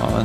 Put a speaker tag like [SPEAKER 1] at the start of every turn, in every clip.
[SPEAKER 1] Ja,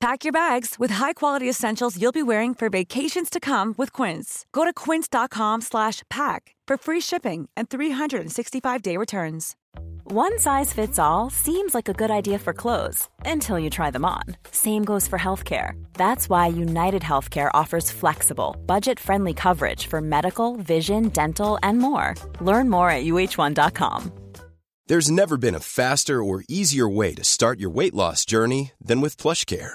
[SPEAKER 2] Pack your bags with high-quality essentials you'll be wearing for vacations to come with Quince. Go to quince.com/pack for free shipping and 365-day returns.
[SPEAKER 3] One size fits all seems like a good idea for clothes until you try them on. Same goes for healthcare. That's why United Healthcare offers flexible, budget friendly coverage for medical, vision, dental, and more. Learn more at uh1.com.
[SPEAKER 4] There's never been a faster or easier way to start your weight loss journey than with PlushCare.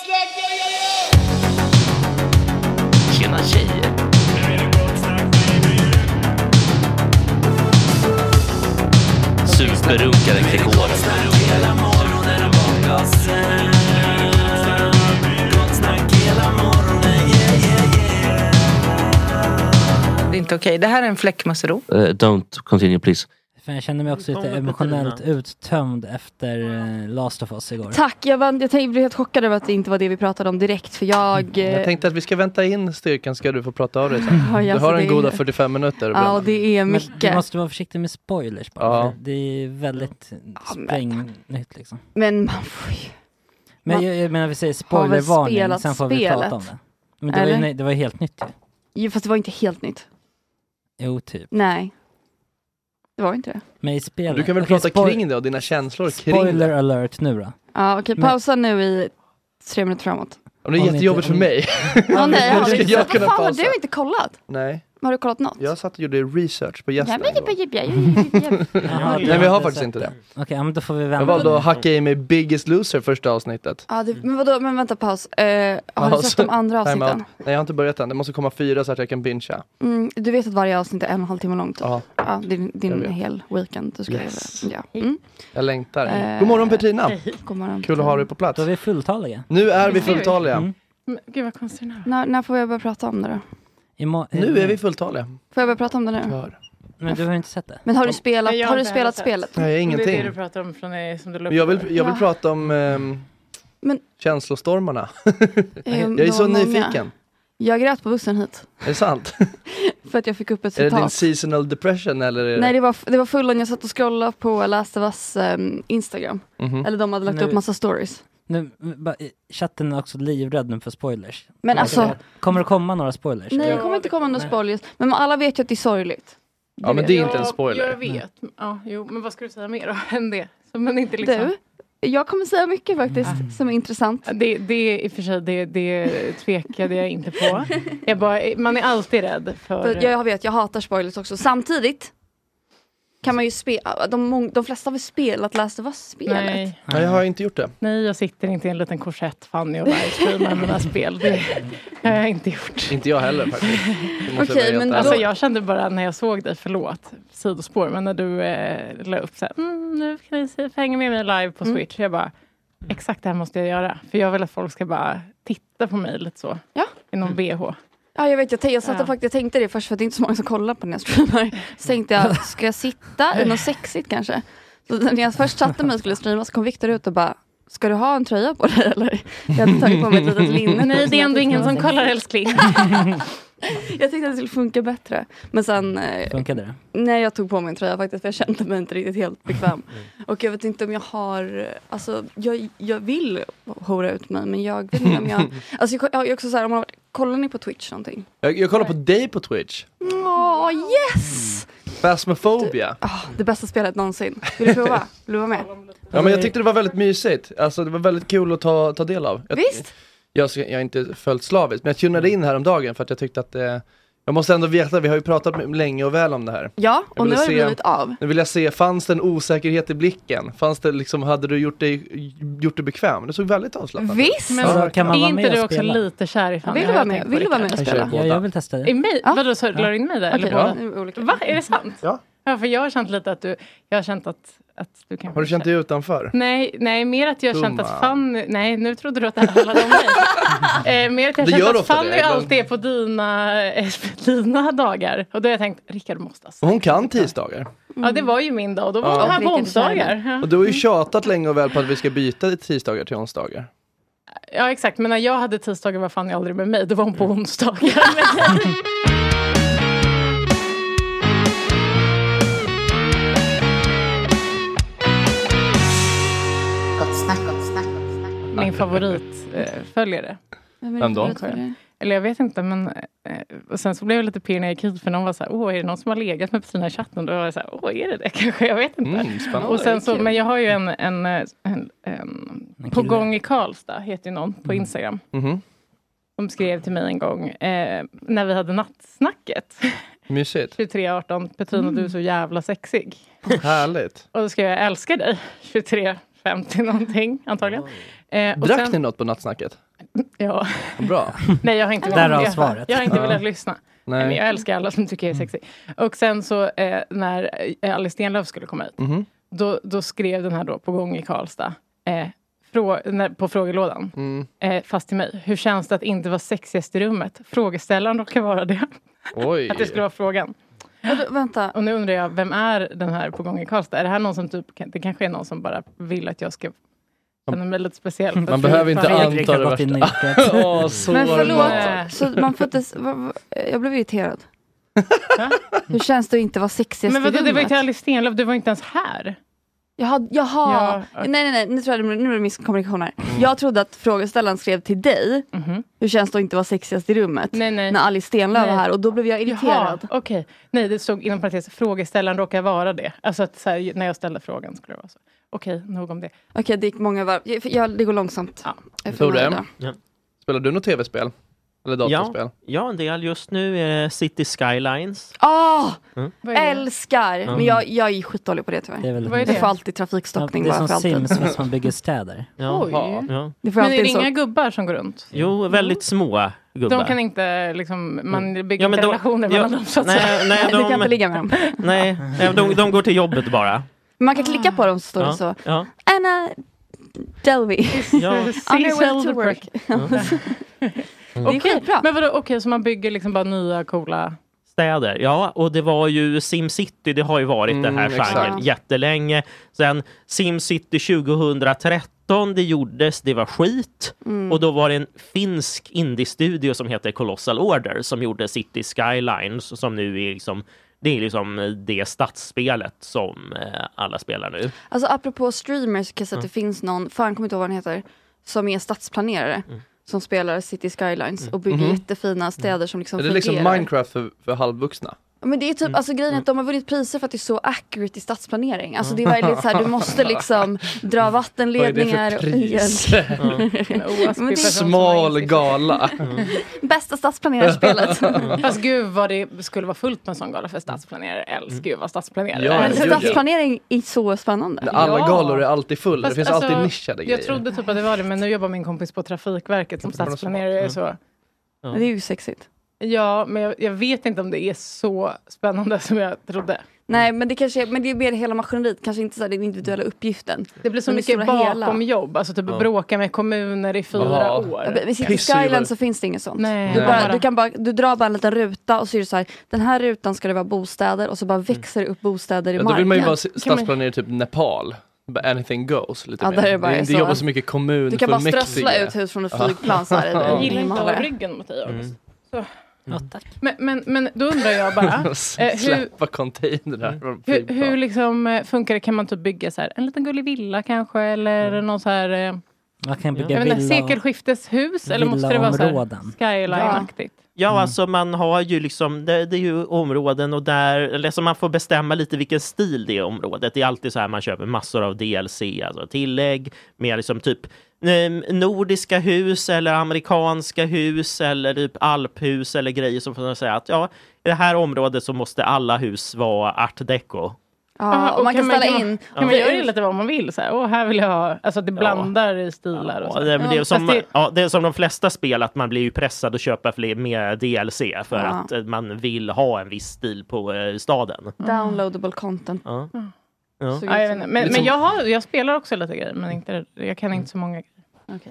[SPEAKER 5] Tjena tjejer! Superrunkaren Gregor.
[SPEAKER 6] Det är inte okej. Det här är en fläckmussero.
[SPEAKER 5] Uh, don't continue please.
[SPEAKER 7] För jag kände mig också lite emotionellt uttömd efter eh, Last of Us igår.
[SPEAKER 8] Tack, jag, var, jag tänkte, blev helt chockad över att det inte var det vi pratade om direkt för jag...
[SPEAKER 9] Mm,
[SPEAKER 8] eh,
[SPEAKER 9] Jag tänkte att vi ska vänta in styrkan ska du få prata av dig sen.
[SPEAKER 8] ja,
[SPEAKER 9] Du
[SPEAKER 8] alltså,
[SPEAKER 9] har
[SPEAKER 8] det
[SPEAKER 9] en
[SPEAKER 8] är-
[SPEAKER 9] goda 45 minuter.
[SPEAKER 8] Ja, och
[SPEAKER 9] Brandon.
[SPEAKER 8] det är
[SPEAKER 7] Men
[SPEAKER 8] mycket.
[SPEAKER 7] du
[SPEAKER 8] Men,
[SPEAKER 7] måste vara försiktig med spoilers bara.
[SPEAKER 9] Ja.
[SPEAKER 7] för Det är väldigt
[SPEAKER 8] men-
[SPEAKER 7] sprängnytt liksom.
[SPEAKER 8] man får ju...
[SPEAKER 7] Men
[SPEAKER 8] Man
[SPEAKER 7] jag, jag menar vi säger
[SPEAKER 8] har väl
[SPEAKER 7] spoilervarning,
[SPEAKER 8] spelat
[SPEAKER 7] sen får vi prata om det.
[SPEAKER 8] spelet?
[SPEAKER 7] Men det var, ju,
[SPEAKER 8] Eller?
[SPEAKER 7] nej, det var ju helt nytt ju.
[SPEAKER 8] ju- Fast det var inte helt nytt.
[SPEAKER 7] Jo, typ.
[SPEAKER 8] Nej. Det var inte det.
[SPEAKER 7] Men i spelet.
[SPEAKER 9] Du kan väl
[SPEAKER 7] Okej,
[SPEAKER 9] prata
[SPEAKER 7] spoil-
[SPEAKER 9] kring det och dina känslor kring
[SPEAKER 7] Spoiler
[SPEAKER 9] det.
[SPEAKER 7] alert nu då.
[SPEAKER 8] Ja, okej,
[SPEAKER 7] Men-
[SPEAKER 8] pausa nu i tre minuter framåt.
[SPEAKER 9] Om det är
[SPEAKER 7] Om inte-
[SPEAKER 9] jättejobbigt för
[SPEAKER 7] om-
[SPEAKER 9] mig.
[SPEAKER 7] Ja,
[SPEAKER 8] Ja, nej, jag har
[SPEAKER 9] Ska
[SPEAKER 8] inte
[SPEAKER 9] jag
[SPEAKER 8] sett.
[SPEAKER 9] kunna
[SPEAKER 8] Vad fan har
[SPEAKER 9] pausa?
[SPEAKER 8] du inte kollat?
[SPEAKER 9] Nej,
[SPEAKER 8] Har du kollat något?
[SPEAKER 9] jag satt och gjorde research på gästen.
[SPEAKER 8] Ja,
[SPEAKER 9] en gång.
[SPEAKER 8] men jibba, jibba, jibba, jibba.
[SPEAKER 7] Jaha, du
[SPEAKER 9] Nej vi har
[SPEAKER 7] inte
[SPEAKER 9] faktiskt
[SPEAKER 7] sett
[SPEAKER 9] inte det.
[SPEAKER 7] Okej, ja, men då får vi
[SPEAKER 9] Jag
[SPEAKER 7] vänta.
[SPEAKER 9] valde att hacka i mig Biggest Loser första avsnittet.
[SPEAKER 8] Ja, det, men vadå, men vänta paus. Eh, har
[SPEAKER 9] Paus.
[SPEAKER 8] du sett de andra
[SPEAKER 9] Time out.
[SPEAKER 8] avsnitten?
[SPEAKER 9] Nej jag har inte börjat än, det måste komma fyra så att jag kan bingea.
[SPEAKER 8] Mm, du vet att varje avsnitt är en och en halv timme långt? Typ.
[SPEAKER 9] Ja,
[SPEAKER 8] Ja, din
[SPEAKER 9] Jag
[SPEAKER 8] din
[SPEAKER 9] vet.
[SPEAKER 8] hel weekend. Du ska
[SPEAKER 9] Yes.
[SPEAKER 8] ja. mm.
[SPEAKER 9] jag längtar.
[SPEAKER 8] Eh.
[SPEAKER 9] God morgon Petrina!
[SPEAKER 8] God morgon.
[SPEAKER 9] Kul att ha dig på plats.
[SPEAKER 7] Då är vi fulltaliga.
[SPEAKER 9] Nu är vi fulltaliga.
[SPEAKER 7] Mm.
[SPEAKER 10] Gud vad konstigt den här
[SPEAKER 8] När, när får jag börja prata om det då?
[SPEAKER 7] Imo-
[SPEAKER 9] Nu är vi fulltaliga.
[SPEAKER 8] Får jag börja prata om det nu?
[SPEAKER 9] Kör.
[SPEAKER 7] Men du har ju inte sett det.
[SPEAKER 8] Men har du spelat,
[SPEAKER 10] Nej, jag har
[SPEAKER 8] har du
[SPEAKER 10] inte heller
[SPEAKER 8] spelat
[SPEAKER 10] sett.
[SPEAKER 8] spelet?
[SPEAKER 9] Nej
[SPEAKER 10] Det är det du
[SPEAKER 9] ingenting.
[SPEAKER 10] pratar om från eh, som du la upp.
[SPEAKER 9] Jag vill, jag vill
[SPEAKER 8] Ja.
[SPEAKER 9] prata om
[SPEAKER 10] Mm.
[SPEAKER 9] ehm,
[SPEAKER 8] Men-
[SPEAKER 9] känslostormarna.
[SPEAKER 8] Ehm,
[SPEAKER 9] Jag är
[SPEAKER 8] det
[SPEAKER 9] så
[SPEAKER 8] var många.
[SPEAKER 9] nyfiken.
[SPEAKER 8] Jag grät på bussen hit.
[SPEAKER 9] Är det sant?
[SPEAKER 8] För att jag fick upp ett
[SPEAKER 9] Är det din
[SPEAKER 8] citat.
[SPEAKER 9] seasonal depression eller? Är
[SPEAKER 8] Nej det var, det var fullan, jag satt och scrollade på Last of Us ehm, Instagram.
[SPEAKER 9] Mhm.
[SPEAKER 8] Eller de hade lagt
[SPEAKER 7] Nu-
[SPEAKER 8] upp massa stories.
[SPEAKER 7] Nu, bara, eh, chatten är också livrädd nu för spoilers.
[SPEAKER 8] Men alltså,
[SPEAKER 7] Kommer det komma några spoilers?
[SPEAKER 8] nej det
[SPEAKER 7] Eller?
[SPEAKER 8] kommer inte komma några
[SPEAKER 7] Nej.
[SPEAKER 8] spoilers. Men alla vet ju att det är sorgligt.
[SPEAKER 9] Ja men det är inte en spoiler.
[SPEAKER 10] Jag vet. Ja, jo, men vad ska du säga mer då än det? Så, men inte liksom. Mm.
[SPEAKER 8] Du, jag kommer säga mycket faktiskt som är intressant.
[SPEAKER 10] Det, det i och för sig, det, det tvekade jag inte på. Jag bara, man är alltid rädd för...
[SPEAKER 8] För jag, jag vet, jag hatar spoilers också. Samtidigt kan man ju spela, de, mång- de flesta har väl spelat Last of Us-spelet?
[SPEAKER 10] nej,
[SPEAKER 9] Nej jag har inte gjort det.
[SPEAKER 10] nej, jag sitter inte i en liten korsett Fanny och livestreamar mina spel. Det har jag inte gjort.
[SPEAKER 9] Inte jag heller faktiskt. Det måste jag
[SPEAKER 8] Okej,
[SPEAKER 9] vara
[SPEAKER 8] men
[SPEAKER 9] helt
[SPEAKER 10] Alltså
[SPEAKER 9] ärlig.
[SPEAKER 10] jag kände bara när jag såg dig, förlåt, sidospår, men när du eh, la upp så här, mm, nu kan ni se, hänga med mig live på Switch. Jag bara, exakt det här måste jag göra. För jag vill att folk ska bara titta på mig lite så.
[SPEAKER 8] Ja.
[SPEAKER 10] I någon bh.
[SPEAKER 8] Ja jag vet, jag, t- jag, satt
[SPEAKER 10] Ja.
[SPEAKER 8] och faktiskt, jag tänkte det först för det är inte så många som kollar på när jag streamar. Så tänkte jag, ska jag sitta i något sexigt kanske? Så när jag först satte mig och skulle streama så kom Viktor ut och bara, ska du ha en tröja på dig eller? Jag hade tagit på mig ett litet linne.
[SPEAKER 10] Nej, det är ändå ingen som kollar älskling.
[SPEAKER 8] Jag tänkte att det skulle funka bättre. Men sen, eh,
[SPEAKER 7] Funkade det?
[SPEAKER 8] nej jag tog på mig en tröja faktiskt för jag kände mig inte riktigt helt bekväm.
[SPEAKER 10] Mm.
[SPEAKER 8] Och jag vet inte om jag har, alltså jag, jag vill hora ut mig men jag vet inte om jag, alltså jag, jag är också så här, om man, har varit- kollar ni på Twitch någonting?
[SPEAKER 9] Jag, jag kollar på dig på Twitch.
[SPEAKER 8] Åh yes!
[SPEAKER 9] Phasmophobia.
[SPEAKER 8] Ah, det bästa spelet någonsin. Vill du prova? Vill du vara med?
[SPEAKER 9] Ja men jag tyckte det var väldigt mysigt. Alltså det var väldigt kul att ta, ta del av. Jag,
[SPEAKER 8] Visst?
[SPEAKER 9] Jag, ska- jag har inte följt slaviskt men jag tunade in häromdagen för att jag tyckte att eh, jag måste ändå veta, vi har ju pratat med- länge och väl om det här.
[SPEAKER 8] Ja,
[SPEAKER 9] Jag
[SPEAKER 8] och nu
[SPEAKER 9] ville
[SPEAKER 8] har det
[SPEAKER 9] se-
[SPEAKER 8] blivit av.
[SPEAKER 9] Nu vill jag se, fanns det en osäkerhet i blicken? Fanns det liksom, hade du gjort dig, gjort dig bekväm? Det såg väldigt avslappnat ut.
[SPEAKER 8] Visst?
[SPEAKER 10] Men
[SPEAKER 7] Alltså, kan man
[SPEAKER 10] är
[SPEAKER 7] vara
[SPEAKER 10] inte
[SPEAKER 7] med
[SPEAKER 10] du
[SPEAKER 7] och
[SPEAKER 10] också
[SPEAKER 7] spela?
[SPEAKER 10] lite kär i Fanny?
[SPEAKER 8] Vill du
[SPEAKER 10] Har
[SPEAKER 8] vara
[SPEAKER 10] jag
[SPEAKER 8] med?
[SPEAKER 10] tänkt på
[SPEAKER 8] Vill
[SPEAKER 10] det
[SPEAKER 8] du vara med och
[SPEAKER 10] kanske?
[SPEAKER 9] Jag kör
[SPEAKER 8] spela?
[SPEAKER 9] på.
[SPEAKER 7] Ja,
[SPEAKER 9] båda.
[SPEAKER 7] jag vill testa
[SPEAKER 10] I
[SPEAKER 7] det.
[SPEAKER 10] mig?
[SPEAKER 8] Ja.
[SPEAKER 10] Vadå, så la du in mig där?
[SPEAKER 8] Okej,
[SPEAKER 10] Eller båda?
[SPEAKER 8] nu är vi olika.
[SPEAKER 10] Va, är det sant?
[SPEAKER 9] Ja.
[SPEAKER 10] ja. För jag har känt lite att du, jag har känt att, att du kanske...
[SPEAKER 9] Har du känt dig utanför?
[SPEAKER 10] Nej, nej, mer att jag har känt
[SPEAKER 9] Dumma.
[SPEAKER 10] att Fanny... Nej, nu trodde du att det här handlade om mig. eh, mer att jag
[SPEAKER 9] Det
[SPEAKER 10] har
[SPEAKER 9] gör
[SPEAKER 10] känt att
[SPEAKER 9] ofta det,
[SPEAKER 10] Fanny
[SPEAKER 9] ibland.
[SPEAKER 10] alltid är på dina, eh, dina dagar. Och då har jag tänkt, Rickard måste ha sagt.
[SPEAKER 9] Och Hon kan tisdagar.
[SPEAKER 10] Ja, det var ju min dag och då var
[SPEAKER 9] Mm. Ja.
[SPEAKER 10] hon här på
[SPEAKER 8] Rickard
[SPEAKER 10] onsdagar. Ja.
[SPEAKER 9] Och du har ju tjatat länge och väl på att vi ska byta tisdagar till onsdagar.
[SPEAKER 10] Mm, Ja, exakt. Men när jag hade tisdagar var Fanny aldrig med mig. Då var hon på onsdagar med dig. Min favoritföljare.
[SPEAKER 9] Vem då?
[SPEAKER 10] Eller jag vet inte, men... Eh, och sen så blev jag lite pirrig när jag gick hit, för någon var så här, åh, är det någon som har legat med Petrina i chatten? Då var jag så här, åh, är det det kanske? Jag vet inte.
[SPEAKER 9] Mm, spännande.
[SPEAKER 10] Och sen så, men jag har ju en, en, eh, en, en, på
[SPEAKER 7] kille.
[SPEAKER 10] gång i Karlstad, heter ju någon på Instagram.
[SPEAKER 9] Mhm.
[SPEAKER 10] Som skrev till mig en gång, eh, när vi hade nattsnacket,
[SPEAKER 9] Mysigt.
[SPEAKER 10] 23.18, Petrina du är så jävla sexig.
[SPEAKER 9] Härligt.
[SPEAKER 10] Och då skrev jag, jag älskar dig, 23.50 någonting antagligen. Eh, och
[SPEAKER 9] Drack
[SPEAKER 10] sen-
[SPEAKER 9] ni något på nattsnacket?
[SPEAKER 10] Ja.
[SPEAKER 9] Bra.
[SPEAKER 10] Nej, jag har inte
[SPEAKER 7] Därav
[SPEAKER 10] velat veta.
[SPEAKER 7] svaret.
[SPEAKER 10] Jag har inte
[SPEAKER 9] Ja.
[SPEAKER 10] velat lyssna. Nej. Men
[SPEAKER 9] Nej.
[SPEAKER 10] jag älskar alla som tycker jag är sexig. Och sen så eh, när eh, Alice Stenlöf skulle komma hit,
[SPEAKER 9] Mhm.
[SPEAKER 10] då, då skrev den här då på gång i Karlstad, eh, frå, när, på frågelådan,
[SPEAKER 9] Mm.
[SPEAKER 10] eh, fast till mig. Hur känns det att inte vara sexigast i rummet? Frågeställaren råkar vara det.
[SPEAKER 9] Oj.
[SPEAKER 10] Att det skulle vara frågan.
[SPEAKER 8] Vänta,
[SPEAKER 10] Och nu undrar jag, vem är den här på gång i Karlstad? Är det här någon som typ, det kanske är någon som bara vill att jag ska känna mig lite speciell. för
[SPEAKER 9] Man
[SPEAKER 10] att-
[SPEAKER 9] behöver inte
[SPEAKER 10] för-
[SPEAKER 7] Fredrik
[SPEAKER 9] anta
[SPEAKER 7] har
[SPEAKER 9] det
[SPEAKER 7] gått in i yrket.
[SPEAKER 9] Åh, så
[SPEAKER 8] men
[SPEAKER 10] Nej.
[SPEAKER 8] förlåt. Så man får inte, s- va- va- jag blev irriterad. Hur känns det att inte vara sexigast
[SPEAKER 10] Men vadå,
[SPEAKER 8] i
[SPEAKER 10] det var ju
[SPEAKER 8] rummet?
[SPEAKER 10] till Alice Stenlöf, du var inte ens här.
[SPEAKER 8] Jaha, jaha.
[SPEAKER 10] Ja,
[SPEAKER 8] nej nej nej, nu tror jag det blev- nu blev det misskommunikation här.
[SPEAKER 9] Mm.
[SPEAKER 8] Jag trodde att frågeställaren skrev till dig,
[SPEAKER 10] Mhm.
[SPEAKER 8] hur känns det att inte vara sexigast i rummet?
[SPEAKER 10] Nej, nej.
[SPEAKER 8] När Alice Stenlöf var
[SPEAKER 10] Nej.
[SPEAKER 8] här och då blev jag irriterad.
[SPEAKER 10] Jaha, okej. Nej, det stod inom parentes, frågeställaren råkar vara det. Alltså att så här, när jag ställde frågan skulle det vara så. Okej, nog om det.
[SPEAKER 8] Okej, det gick många varv. Jag, för jag, det går långsamt.
[SPEAKER 10] Ja.
[SPEAKER 8] Jag
[SPEAKER 9] Tore?
[SPEAKER 8] får nog det.
[SPEAKER 9] Spelar du något tv-spel? Eller datorspel?
[SPEAKER 11] Ja, ja, en del. Just nu är det City Skylines.
[SPEAKER 10] Ah!
[SPEAKER 8] Åh!
[SPEAKER 11] Mm.
[SPEAKER 8] Älskar!
[SPEAKER 11] Mm.
[SPEAKER 8] Men jag, jag är skitdålig på det tyvärr.
[SPEAKER 11] Det är väl-
[SPEAKER 10] Vad är det?
[SPEAKER 8] Jag får alltid trafikstockning
[SPEAKER 10] Ja, det är
[SPEAKER 8] bara för
[SPEAKER 10] som
[SPEAKER 8] alltid.
[SPEAKER 10] Sims,
[SPEAKER 7] fast man bygger städer.
[SPEAKER 11] Ja.
[SPEAKER 10] Oj.
[SPEAKER 11] Ja.
[SPEAKER 8] Det får
[SPEAKER 10] Men är det
[SPEAKER 8] alltid så.
[SPEAKER 10] inga gubbar som går runt?
[SPEAKER 11] Jo, väldigt små gubbar.
[SPEAKER 10] De kan inte, liksom, man bygger
[SPEAKER 11] Ja, men
[SPEAKER 10] inte
[SPEAKER 11] de-
[SPEAKER 10] relationer
[SPEAKER 11] ja,
[SPEAKER 10] mellan dem så att
[SPEAKER 11] nej,
[SPEAKER 10] säga.
[SPEAKER 11] nej,
[SPEAKER 8] Du kan inte ligga med dem.
[SPEAKER 11] Nej, nej, de, de går till jobbet bara.
[SPEAKER 8] Man kan klicka på dem så står det
[SPEAKER 11] Ja,
[SPEAKER 8] så.
[SPEAKER 11] ja.
[SPEAKER 8] Anna Delvey.
[SPEAKER 11] Ja.
[SPEAKER 8] On her way to
[SPEAKER 10] Seashell
[SPEAKER 8] work.
[SPEAKER 10] Okej, Men vadå, okej, så man bygger liksom bara nya coola...
[SPEAKER 11] Städer, ja. Och det var ju Simcity, det har ju varit den här
[SPEAKER 10] exakt.
[SPEAKER 11] genren jättelänge. Sen Simcity 2013, det gjordes, det var skit.
[SPEAKER 12] Mm.
[SPEAKER 11] Och då var det en finsk indie-studio som heter Colossal Order som gjorde City Skylines som nu är liksom det är liksom det stadsspelet som eh, alla spelar nu.
[SPEAKER 8] Alltså apropå streamers så kan jag säga att
[SPEAKER 11] Mm.
[SPEAKER 8] det finns någon, fan kommer inte ihåg vad han heter, som är stadsplanerare.
[SPEAKER 10] Mm.
[SPEAKER 8] Som spelar City Skylines och bygger
[SPEAKER 9] Mhm.
[SPEAKER 8] jättefina städer som liksom
[SPEAKER 9] är det liksom
[SPEAKER 8] fungerar.
[SPEAKER 9] Minecraft för, för halvvuxna?
[SPEAKER 8] Ja, Men det är typ,
[SPEAKER 9] Mm.
[SPEAKER 8] alltså grejen är att de har vunnit priser för att det är så accurate i stadsplanering. Alltså det är väldigt så här, du måste liksom dra vattenledningar
[SPEAKER 9] Vad är det för pris?
[SPEAKER 8] el. Men det är-
[SPEAKER 9] Smal gala.
[SPEAKER 8] Bästa stadsplanerarspelet.
[SPEAKER 10] Fast gud vad det skulle vara fullt på en sån gala för stadsplanerare. Älskar ju vad stadsplanerare
[SPEAKER 9] Ja,
[SPEAKER 8] Men
[SPEAKER 9] gud, ja.
[SPEAKER 8] stadsplanering är så spännande.
[SPEAKER 9] Alla
[SPEAKER 10] Ja.
[SPEAKER 9] galor är alltid fulla, det
[SPEAKER 10] Fast
[SPEAKER 9] finns
[SPEAKER 10] alltså,
[SPEAKER 9] alltid nischade grejer.
[SPEAKER 10] Jag trodde typ att det var det, men nu jobbar min kompis på Trafikverket som stadsplanerare. Jag är Så.
[SPEAKER 8] Det är ju sexigt.
[SPEAKER 10] Ja, men jag, jag vet inte om det är så spännande som jag trodde.
[SPEAKER 8] Nej men det kanske är, men det är mer hela maskineriet, kanske inte så här, den individuella uppgiften.
[SPEAKER 10] Det blir så
[SPEAKER 8] Men
[SPEAKER 10] mycket
[SPEAKER 8] stora hela.
[SPEAKER 10] bakom jobb, alltså typ
[SPEAKER 11] Ja.
[SPEAKER 10] bråka med kommuner i fyra
[SPEAKER 11] Ja.
[SPEAKER 8] Ja,
[SPEAKER 10] år.
[SPEAKER 8] men I City Skyline så finns det inget sånt.
[SPEAKER 10] Nej.
[SPEAKER 8] Du, bara,
[SPEAKER 10] Nej.
[SPEAKER 8] du, kan bara, du drar bara en liten ruta och så är det så här, den här rutan ska det vara bostäder och så bara växer det upp bostäder i
[SPEAKER 9] Mm. Ja,
[SPEAKER 8] marken.
[SPEAKER 9] då vill man ju vara stadsplanerare i typ Nepal. Bara Anything goes lite
[SPEAKER 8] Ja,
[SPEAKER 9] mer.
[SPEAKER 8] där är det bara
[SPEAKER 9] det,
[SPEAKER 8] så.
[SPEAKER 9] det jobbar så mycket kommun,
[SPEAKER 8] Du kan bara
[SPEAKER 9] fullmäktige.
[SPEAKER 8] strössla ut hus från en
[SPEAKER 9] Ja.
[SPEAKER 8] flygplan så här i-
[SPEAKER 10] Jag
[SPEAKER 8] i
[SPEAKER 10] gillar inte att
[SPEAKER 8] Himalaya.
[SPEAKER 10] ha ryggen mot dig, August.
[SPEAKER 9] Mm.
[SPEAKER 10] Så.
[SPEAKER 9] Mm.
[SPEAKER 10] Men, men, men då undrar jag bara, eh, hur,
[SPEAKER 9] Släppa containrar från
[SPEAKER 10] hur,
[SPEAKER 9] flygplan.
[SPEAKER 10] hur liksom eh, funkar det? Kan man typ bygga så här, en liten gullig villa kanske? Eller
[SPEAKER 11] Mm.
[SPEAKER 10] någon så här... eh,
[SPEAKER 7] Man kan
[SPEAKER 10] jag
[SPEAKER 7] bygga
[SPEAKER 10] vet inte,
[SPEAKER 7] villa
[SPEAKER 10] sekelskifteshus? Eller måste det vara så här
[SPEAKER 7] villaområden.
[SPEAKER 10] skyline-aktigt?
[SPEAKER 11] Ja, alltså man har ju liksom, det, det är ju områden och där, eller så man får bestämma lite vilken stil det är i området. Det är alltid så här man köper massor av DLC, alltså tillägg, med liksom typ eh, nordiska hus eller amerikanska hus eller typ alphus eller grejer som får man säga att ja, i det här området så måste alla hus vara art deco.
[SPEAKER 8] Ja,
[SPEAKER 10] Aha,
[SPEAKER 8] och
[SPEAKER 10] och
[SPEAKER 8] man kan ställa in.
[SPEAKER 10] Kan man göra lite typ vad man vill? Så här, åh, här vill jag ha... Alltså det blandar i stilar och
[SPEAKER 11] Ja,
[SPEAKER 10] så.
[SPEAKER 11] det, men det, är
[SPEAKER 10] Fast
[SPEAKER 11] som,
[SPEAKER 10] det-
[SPEAKER 11] ja, det är som de flesta spel, att man blir ju pressad att köpa fler, mer DLC för
[SPEAKER 8] Ja.
[SPEAKER 11] att eh, man vill ha en viss stil på eh, staden.
[SPEAKER 8] Mm. Downloadable content.
[SPEAKER 11] Ja.
[SPEAKER 8] Så Liksom. gud.
[SPEAKER 11] Ja.
[SPEAKER 10] Ja, jag vet inte. Men,
[SPEAKER 11] Lite
[SPEAKER 10] men
[SPEAKER 11] som-
[SPEAKER 10] jag, har, jag spelar också lite grejer, men inte, jag kan inte så många grejer.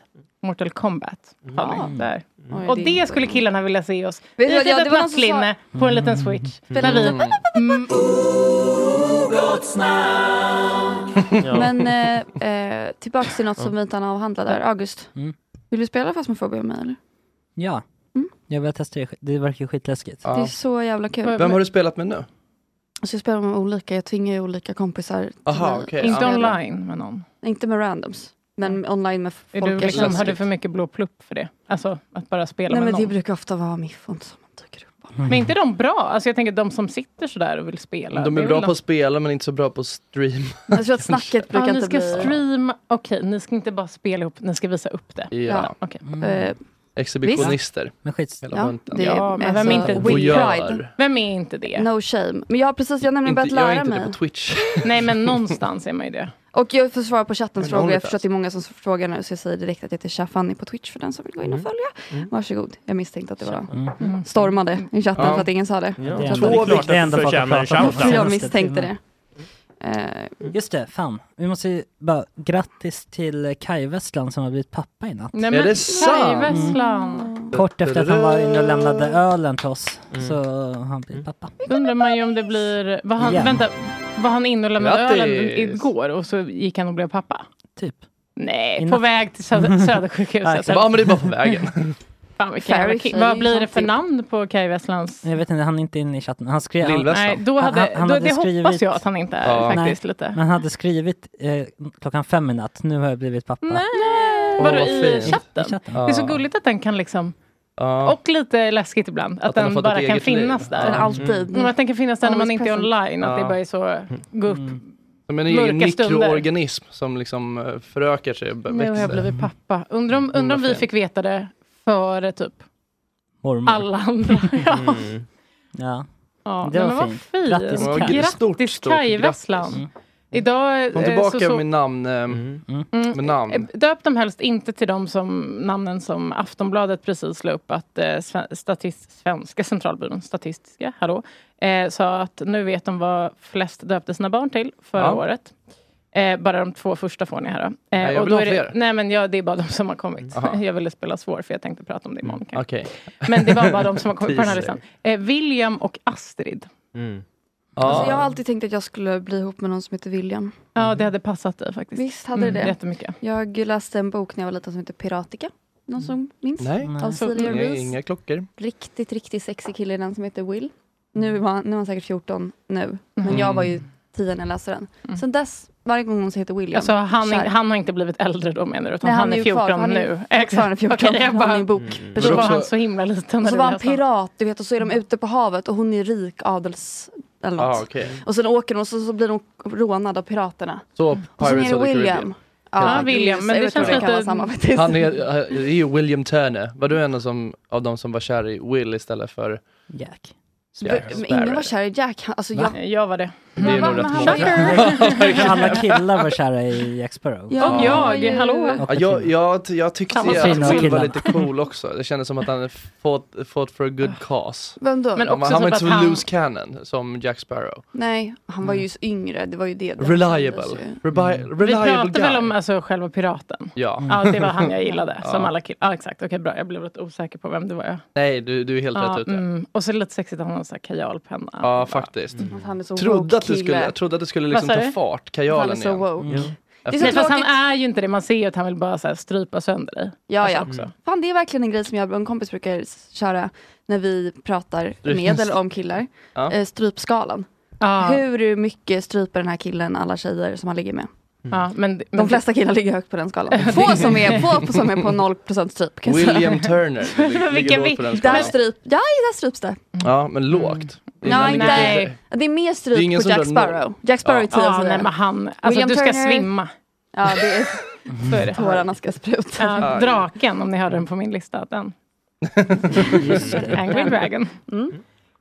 [SPEAKER 10] Mortal Kombat har vi
[SPEAKER 8] Mm.
[SPEAKER 10] där.
[SPEAKER 8] Oj,
[SPEAKER 10] Och
[SPEAKER 8] det är
[SPEAKER 10] det
[SPEAKER 8] inte-
[SPEAKER 10] skulle killarna vilja se oss.
[SPEAKER 8] du
[SPEAKER 10] I ett
[SPEAKER 8] vad, ja, det
[SPEAKER 10] litet
[SPEAKER 8] var någon som
[SPEAKER 10] nattlinne på en liten switch. När vi...
[SPEAKER 8] Mm.
[SPEAKER 10] Mm.
[SPEAKER 8] Men eh, eh, tillbaks till något som vi inte hann avhandla där. August,
[SPEAKER 7] Mm.
[SPEAKER 8] vill du spela Phasmophobia med mig eller?
[SPEAKER 7] Ja.
[SPEAKER 10] Mm.
[SPEAKER 7] Jag vill testa det, det verkar skitläskigt.
[SPEAKER 8] Det är så jävla kul.
[SPEAKER 9] Vem har du spelat med nu?
[SPEAKER 8] Alltså jag spelar med olika, jag tvingar ju olika kompisar. till
[SPEAKER 9] Aha,
[SPEAKER 8] mig.
[SPEAKER 9] okej.
[SPEAKER 10] Inte
[SPEAKER 9] Ja.
[SPEAKER 10] online med någon.
[SPEAKER 8] Inte med randoms, men online med
[SPEAKER 10] Är
[SPEAKER 8] folk.
[SPEAKER 10] du
[SPEAKER 8] jag
[SPEAKER 10] liksom, har
[SPEAKER 8] känner.
[SPEAKER 10] du för mycket blå plupp för det? Alltså att bara spela
[SPEAKER 8] Nej
[SPEAKER 10] med
[SPEAKER 8] men
[SPEAKER 10] någon?
[SPEAKER 8] det brukar ofta vara miffon som man dyker upp.
[SPEAKER 10] Men inte de bra? Alltså jag tänker de som sitter sådär och vill spela.
[SPEAKER 9] De
[SPEAKER 10] det
[SPEAKER 9] är bra
[SPEAKER 10] väl
[SPEAKER 9] på att spela men inte så bra på att stream.
[SPEAKER 8] Jag tror att snacket brukar
[SPEAKER 10] ja, ni
[SPEAKER 8] inte
[SPEAKER 10] ska
[SPEAKER 8] bli...
[SPEAKER 10] streama. Okej, ni ska inte bara spela ihop, ni ska visa upp det.
[SPEAKER 9] Ja.
[SPEAKER 10] okej.
[SPEAKER 8] Eh,
[SPEAKER 9] Exhibitionister.
[SPEAKER 7] Mm. Men skit.
[SPEAKER 9] Hela
[SPEAKER 8] Ja,
[SPEAKER 9] bunten.
[SPEAKER 8] det är-
[SPEAKER 10] Ja, men vem är
[SPEAKER 8] alltså,
[SPEAKER 10] inte
[SPEAKER 8] we
[SPEAKER 9] Voyeur.
[SPEAKER 8] pride.
[SPEAKER 10] Vem är inte det?
[SPEAKER 8] No shame. Men jag har precis, jag har nämligen
[SPEAKER 9] Inte-
[SPEAKER 8] börjat
[SPEAKER 9] jag är
[SPEAKER 8] lära
[SPEAKER 9] inte
[SPEAKER 8] mig.
[SPEAKER 9] det på Twitch.
[SPEAKER 10] Nej, men någonstans är man ju det.
[SPEAKER 8] Och jag får svara på chattens
[SPEAKER 10] Men
[SPEAKER 8] frågor. Jag
[SPEAKER 10] OnlyFans.
[SPEAKER 8] förstår att det är många som frågar nu. Så jag säger direkt att jag heter Shafani på Twitch för den som vill gå in
[SPEAKER 7] Mm.
[SPEAKER 8] och följa. Varsågod. Jag misstänkte att det var
[SPEAKER 10] Mm.
[SPEAKER 8] stormade i chatten
[SPEAKER 7] Ja.
[SPEAKER 8] för att ingen sa det.
[SPEAKER 7] Ja,
[SPEAKER 8] Jag
[SPEAKER 7] det är
[SPEAKER 8] tror att
[SPEAKER 7] klart
[SPEAKER 8] det-
[SPEAKER 7] att det är ändå folk
[SPEAKER 11] förtjänar en
[SPEAKER 7] att prata om.
[SPEAKER 11] shoutout.
[SPEAKER 8] Jag misstänkte det.
[SPEAKER 10] Mm.
[SPEAKER 8] Eh,
[SPEAKER 7] Just det, fan. Vi måste ju bara grattis till Kai Westland som har blivit pappa i natt.
[SPEAKER 10] Nej, men, Kaj Vesslan.
[SPEAKER 7] Kort efter att han var inne och lämnade ölen till oss
[SPEAKER 9] Mm.
[SPEAKER 7] så har han blivit pappa.
[SPEAKER 10] Då undrar man ju om det blir... Var han,
[SPEAKER 7] Igen.
[SPEAKER 10] Vänta, var han inne och lämnade
[SPEAKER 7] Grattis.
[SPEAKER 10] ölen igår och så gick han och blev pappa?
[SPEAKER 7] Typ.
[SPEAKER 10] Nej,
[SPEAKER 7] Innan-
[SPEAKER 10] på väg till Söder, Södersjukhuset.
[SPEAKER 7] Ja, men det är bara
[SPEAKER 9] på vägen.
[SPEAKER 10] Fan, vilken jävla
[SPEAKER 7] Fairy
[SPEAKER 10] ki-
[SPEAKER 7] Fairy
[SPEAKER 10] Vad blir det för
[SPEAKER 7] something.
[SPEAKER 10] namn på Kaj Wesslands...
[SPEAKER 7] Jag vet inte, han är inte inne i chatten. Han skrev... Han,
[SPEAKER 10] Nej, då hade, då, det hoppas jag att han inte är faktiskt.
[SPEAKER 7] Nej,
[SPEAKER 10] lite.
[SPEAKER 7] Men han hade skrivit eh, klockan fem i natt, nu har jag blivit pappa.
[SPEAKER 10] Nej,
[SPEAKER 7] Åh,
[SPEAKER 10] vadå
[SPEAKER 7] vad
[SPEAKER 10] i
[SPEAKER 7] fint.
[SPEAKER 10] chatten?
[SPEAKER 7] I chatten.
[SPEAKER 10] Det är så
[SPEAKER 7] Ja.
[SPEAKER 10] gulligt att den kan liksom...
[SPEAKER 9] Ja.
[SPEAKER 10] Och lite läskigt ibland, att,
[SPEAKER 9] den har
[SPEAKER 10] den
[SPEAKER 9] fått ett
[SPEAKER 10] bara kan
[SPEAKER 9] eget liv.
[SPEAKER 10] finnas där.
[SPEAKER 9] Den alltid.
[SPEAKER 10] Mm. Men att den kan finnas där när man
[SPEAKER 9] Always
[SPEAKER 10] inte är
[SPEAKER 9] present.
[SPEAKER 10] online, att det
[SPEAKER 9] Ja.
[SPEAKER 10] bara är så, gå upp.
[SPEAKER 9] Som en egen
[SPEAKER 10] Mörka stunder.
[SPEAKER 9] mikroorganism som liksom eh, förökar sig och b-
[SPEAKER 10] Nu har jag
[SPEAKER 9] växer.
[SPEAKER 10] blivit pappa. Undrar om, undrar om vi
[SPEAKER 9] fint.
[SPEAKER 10] fick veta det före typ
[SPEAKER 7] Mormor.
[SPEAKER 10] alla andra. Ja.
[SPEAKER 11] Mm.
[SPEAKER 7] Ja.
[SPEAKER 10] Ja,
[SPEAKER 7] Det var
[SPEAKER 10] men vad
[SPEAKER 7] fint.
[SPEAKER 10] fint.
[SPEAKER 7] Grattis, Kaj.
[SPEAKER 10] Grattis,
[SPEAKER 9] Stort, stort
[SPEAKER 10] Kaj
[SPEAKER 9] grattis.
[SPEAKER 10] Wesslan. Idag
[SPEAKER 9] Kom
[SPEAKER 10] eh,
[SPEAKER 9] tillbaka
[SPEAKER 10] så, så,
[SPEAKER 9] med namn. eh,
[SPEAKER 11] Mm.
[SPEAKER 9] Med namn.
[SPEAKER 10] eh, Döp dem helst inte till de som, namnen som Aftonbladet precis la upp att eh, Sve- statist, Svenska centralbyrån, Statistiska, hallå, eh, sa att nu vet de vad flest döpte sina barn till förra
[SPEAKER 12] Ja.
[SPEAKER 10] året. Eh, bara de två första får ni här då. Eh,
[SPEAKER 12] Nej, jag vill
[SPEAKER 10] då
[SPEAKER 12] ha
[SPEAKER 10] är det,
[SPEAKER 12] fler.
[SPEAKER 10] nej men ja, det är bara de som har kommit.
[SPEAKER 12] Aha. Mm,
[SPEAKER 10] Jag ville spela svår för jag tänkte prata om det imorgon. kanske.
[SPEAKER 9] Okej.
[SPEAKER 10] Men det var bara de som har kommit på den här
[SPEAKER 9] Teaser.
[SPEAKER 10] listan. Eh, William och Astrid.
[SPEAKER 9] Ja.
[SPEAKER 8] Alltså, jag har alltid tänkt att jag skulle bli ihop med någon som heter William.
[SPEAKER 10] Ja,
[SPEAKER 12] Mm.
[SPEAKER 10] det hade passat dig faktiskt.
[SPEAKER 8] Visst hade
[SPEAKER 10] Mm.
[SPEAKER 8] det
[SPEAKER 10] Jättemycket.
[SPEAKER 8] Jag läste en bok när jag var liten som heter Piratica. Någon som
[SPEAKER 10] Mm.
[SPEAKER 8] minns?
[SPEAKER 9] Nej,
[SPEAKER 8] Av
[SPEAKER 10] Alltså,
[SPEAKER 8] Celia
[SPEAKER 9] inga,
[SPEAKER 8] Reese.
[SPEAKER 9] inga klockor.
[SPEAKER 8] Riktigt, riktigt sexig kille i den som heter Will. Nu
[SPEAKER 7] Mm.
[SPEAKER 8] var han, nu är han säkert 14 nu, men
[SPEAKER 10] Mhm.
[SPEAKER 8] jag var ju 10 när jag läste den.
[SPEAKER 10] Mm.
[SPEAKER 8] Sen dess, varje gång hon heter William.
[SPEAKER 10] Alltså, han,
[SPEAKER 8] kär.
[SPEAKER 10] han har inte blivit äldre då menar du? Utan
[SPEAKER 8] Nej,
[SPEAKER 10] han, är
[SPEAKER 8] ju kvar,
[SPEAKER 10] 14
[SPEAKER 8] han är ju
[SPEAKER 10] nu?
[SPEAKER 8] fortfarande 14,
[SPEAKER 10] Okej, jag
[SPEAKER 8] han
[SPEAKER 10] bara,
[SPEAKER 8] är en bok.
[SPEAKER 11] Mm.
[SPEAKER 10] Men då var han så himla liten.
[SPEAKER 8] Och
[SPEAKER 10] när
[SPEAKER 8] så
[SPEAKER 10] du
[SPEAKER 8] var han
[SPEAKER 10] läste honom.
[SPEAKER 8] pirat, du vet, och så är de ute på havet och hon är rik adels... Eller något.
[SPEAKER 9] Ah, okej.
[SPEAKER 8] Och sen åker de och så, så blir de rånad av piraterna.
[SPEAKER 9] Så
[SPEAKER 8] Och sen är
[SPEAKER 9] Pirates
[SPEAKER 8] det
[SPEAKER 9] of the
[SPEAKER 8] William.
[SPEAKER 9] Caribbean. Ja,
[SPEAKER 10] William,
[SPEAKER 8] jag
[SPEAKER 10] men det
[SPEAKER 8] vet inte om kan
[SPEAKER 10] känns lite-
[SPEAKER 8] vara samma faktiskt.
[SPEAKER 9] Han är, eh, det är ju William Turner. Var du en av, som, av de som var kär i Will istället för
[SPEAKER 7] Jack?
[SPEAKER 8] Men ingen var kär i Jack. Han- Alltså,
[SPEAKER 10] Va?
[SPEAKER 8] jag...
[SPEAKER 10] jag var det.
[SPEAKER 9] Det är nog rätt många.
[SPEAKER 7] Alla killar var kära i Jack Sparrow.
[SPEAKER 10] Ja. Och jag, hallå.
[SPEAKER 9] Ja, jag, jag, jag tyckte
[SPEAKER 7] Samma
[SPEAKER 9] att
[SPEAKER 7] fina
[SPEAKER 9] Will var
[SPEAKER 7] killarna.
[SPEAKER 9] lite cool också. Det kändes som att han fought, fought for a good cause.
[SPEAKER 8] Vem då? Men
[SPEAKER 9] han,
[SPEAKER 8] också
[SPEAKER 9] han var
[SPEAKER 8] typ
[SPEAKER 9] inte så
[SPEAKER 8] att han-
[SPEAKER 9] loose cannon som Jack Sparrow.
[SPEAKER 8] Nej, han var ju så yngre. Det var ju Mm. det.
[SPEAKER 9] Reliable. Rebi-
[SPEAKER 10] Vi
[SPEAKER 9] reliable
[SPEAKER 10] pratade
[SPEAKER 9] guy.
[SPEAKER 10] väl om alltså, själva piraten?
[SPEAKER 9] Ja.
[SPEAKER 10] ja, det var han jag gillade.
[SPEAKER 9] Ja.
[SPEAKER 10] Som alla killar. Ja, exakt. Okej, bra. Jag blev lite osäker på vem det var. Jag.
[SPEAKER 9] Nej, du, du är helt
[SPEAKER 10] ja,
[SPEAKER 9] rätt ute.
[SPEAKER 10] mm. Och så lite sexigt att han har så här kajalpenna.
[SPEAKER 9] Ja, faktiskt.
[SPEAKER 8] Att han är så Mm. woke
[SPEAKER 9] Trodde att det skulle,
[SPEAKER 8] kille.
[SPEAKER 9] jag trodde att det skulle
[SPEAKER 10] Vad
[SPEAKER 9] liksom
[SPEAKER 10] sa
[SPEAKER 9] ta
[SPEAKER 10] du?
[SPEAKER 9] fart, kajalen
[SPEAKER 8] Han är så woke.
[SPEAKER 9] igen.
[SPEAKER 8] Mm. Det är så
[SPEAKER 10] Nej, fast han
[SPEAKER 8] tråkigt.
[SPEAKER 10] är ju inte det. Man ser ju att han vill bara så här, strypa sönder dig.
[SPEAKER 8] Ja,
[SPEAKER 10] Alltså,
[SPEAKER 8] ja.
[SPEAKER 10] också.
[SPEAKER 8] Fan, det är verkligen en grej som jag och en kompis brukar s- köra när vi pratar med eller om killar.
[SPEAKER 10] Ja.
[SPEAKER 8] Eh, strypskalan.
[SPEAKER 10] Ja.
[SPEAKER 8] Hur mycket stryper den här killen alla tjejer som han ligger med?
[SPEAKER 10] Ja, men, men
[SPEAKER 8] De flesta killar ligger högt på den skalan. Få som är, få som är på 0% stryp. kan jag säga.
[SPEAKER 9] William Turner. det ligger
[SPEAKER 10] Vilken
[SPEAKER 9] lågt
[SPEAKER 10] vi-
[SPEAKER 9] på den
[SPEAKER 8] Där
[SPEAKER 9] skalan.
[SPEAKER 8] stryp, ja, där stryps det.
[SPEAKER 9] Ja, men lågt.
[SPEAKER 8] Nej,
[SPEAKER 9] ligger-
[SPEAKER 8] nej. Det är mer stryp
[SPEAKER 9] Det är ingen
[SPEAKER 8] på
[SPEAKER 9] som
[SPEAKER 8] Jack
[SPEAKER 9] drar noll.
[SPEAKER 8] Sparrow. Jack Sparrow är 10
[SPEAKER 10] Ja, nej, men han- alltså, du ska svimma.
[SPEAKER 8] Ja, det är, Mm.
[SPEAKER 10] Så är det.
[SPEAKER 8] tårarna ska
[SPEAKER 9] Typ.
[SPEAKER 8] spruta.
[SPEAKER 10] Ja, draken, om ni hörde den på min lista. Den. Angry Dragon.
[SPEAKER 8] Mm.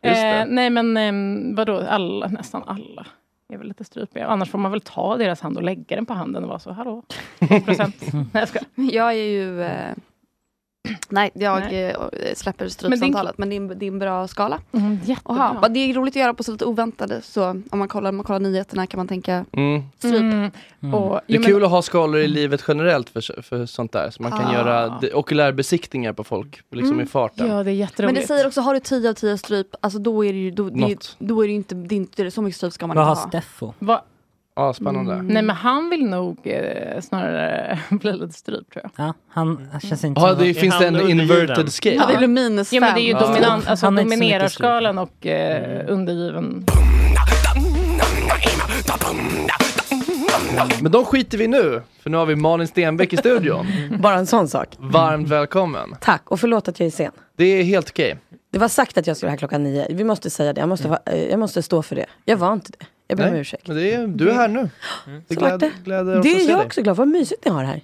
[SPEAKER 8] Just det.
[SPEAKER 10] Eh, nej men ehm, vadå, alla, nästan alla är väl lite strypiga. Annars får man väl ta deras hand och lägga den på handen och vara så, hallå,
[SPEAKER 8] Eh,
[SPEAKER 10] procent.
[SPEAKER 7] Mm.
[SPEAKER 10] nej, jag skojar.
[SPEAKER 8] Jag är ju... Eh, nej, jag
[SPEAKER 10] Nej.
[SPEAKER 8] Eh, släpper strypsamtalet. Men, det är en- det är en bra skala.
[SPEAKER 10] jättebra.
[SPEAKER 8] Aha, vad det är roligt att göra på så lite oväntade. Så om man kollar, man kollar nyheterna kan man tänka
[SPEAKER 9] Mm.
[SPEAKER 8] stryp.
[SPEAKER 7] Mm.
[SPEAKER 10] Och,
[SPEAKER 9] Det är kul att ha skalor i livet generellt för, för sånt där, så man kan
[SPEAKER 8] Ah.
[SPEAKER 9] göra de- okulärbesiktningar på folk liksom
[SPEAKER 8] Mm.
[SPEAKER 9] i farten.
[SPEAKER 10] Ja, det är
[SPEAKER 8] men
[SPEAKER 10] jätteroligt.
[SPEAKER 8] det säger också, har du 10 av 10 stryp, alltså då är det ju, då, det, är ju-
[SPEAKER 9] Något.
[SPEAKER 8] då är det ju inte, det är inte, så mycket stryp ska man
[SPEAKER 7] Vad har
[SPEAKER 8] inte ha.
[SPEAKER 7] Steffo?
[SPEAKER 10] Va-
[SPEAKER 9] Ja, Ah,
[SPEAKER 8] Mm.
[SPEAKER 9] spännande.
[SPEAKER 10] Nej men han vill nog eh, snarare bli lite stryp tror jag.
[SPEAKER 7] Ja, han
[SPEAKER 13] Mm.
[SPEAKER 7] han känns inte
[SPEAKER 9] Ja,
[SPEAKER 7] som-
[SPEAKER 9] det finns det en inverted scale.
[SPEAKER 10] Ja, det är ju
[SPEAKER 8] minus
[SPEAKER 10] Ja, men det är ju
[SPEAKER 9] fem.
[SPEAKER 10] dominant,
[SPEAKER 9] Ja.
[SPEAKER 10] alltså
[SPEAKER 9] Han är inte så mycket Mm.
[SPEAKER 10] dominerarskalan och eh, undergiven.
[SPEAKER 9] Men de skiter vi nu, för nu har vi Malin Stenbeck i studion.
[SPEAKER 13] Bara en sån sak.
[SPEAKER 9] Varmt välkommen.
[SPEAKER 13] Tack, och förlåt att jag är sen.
[SPEAKER 9] Det är helt okej.
[SPEAKER 13] Det var sagt att jag skulle vara här klockan nio. Vi måste säga det. Jag
[SPEAKER 10] Mm.
[SPEAKER 13] måste, vara- eh, jag måste stå för det. Jag var inte det. Jag ber om
[SPEAKER 9] Nej,
[SPEAKER 13] ursäkt.
[SPEAKER 9] Men det är, du är här nu. Det
[SPEAKER 13] Så vart
[SPEAKER 9] gläder,
[SPEAKER 13] det.
[SPEAKER 9] gläder oss
[SPEAKER 13] det
[SPEAKER 9] att
[SPEAKER 13] är
[SPEAKER 9] se
[SPEAKER 13] jag
[SPEAKER 9] dig.
[SPEAKER 13] också glad Vad mysigt ni har här.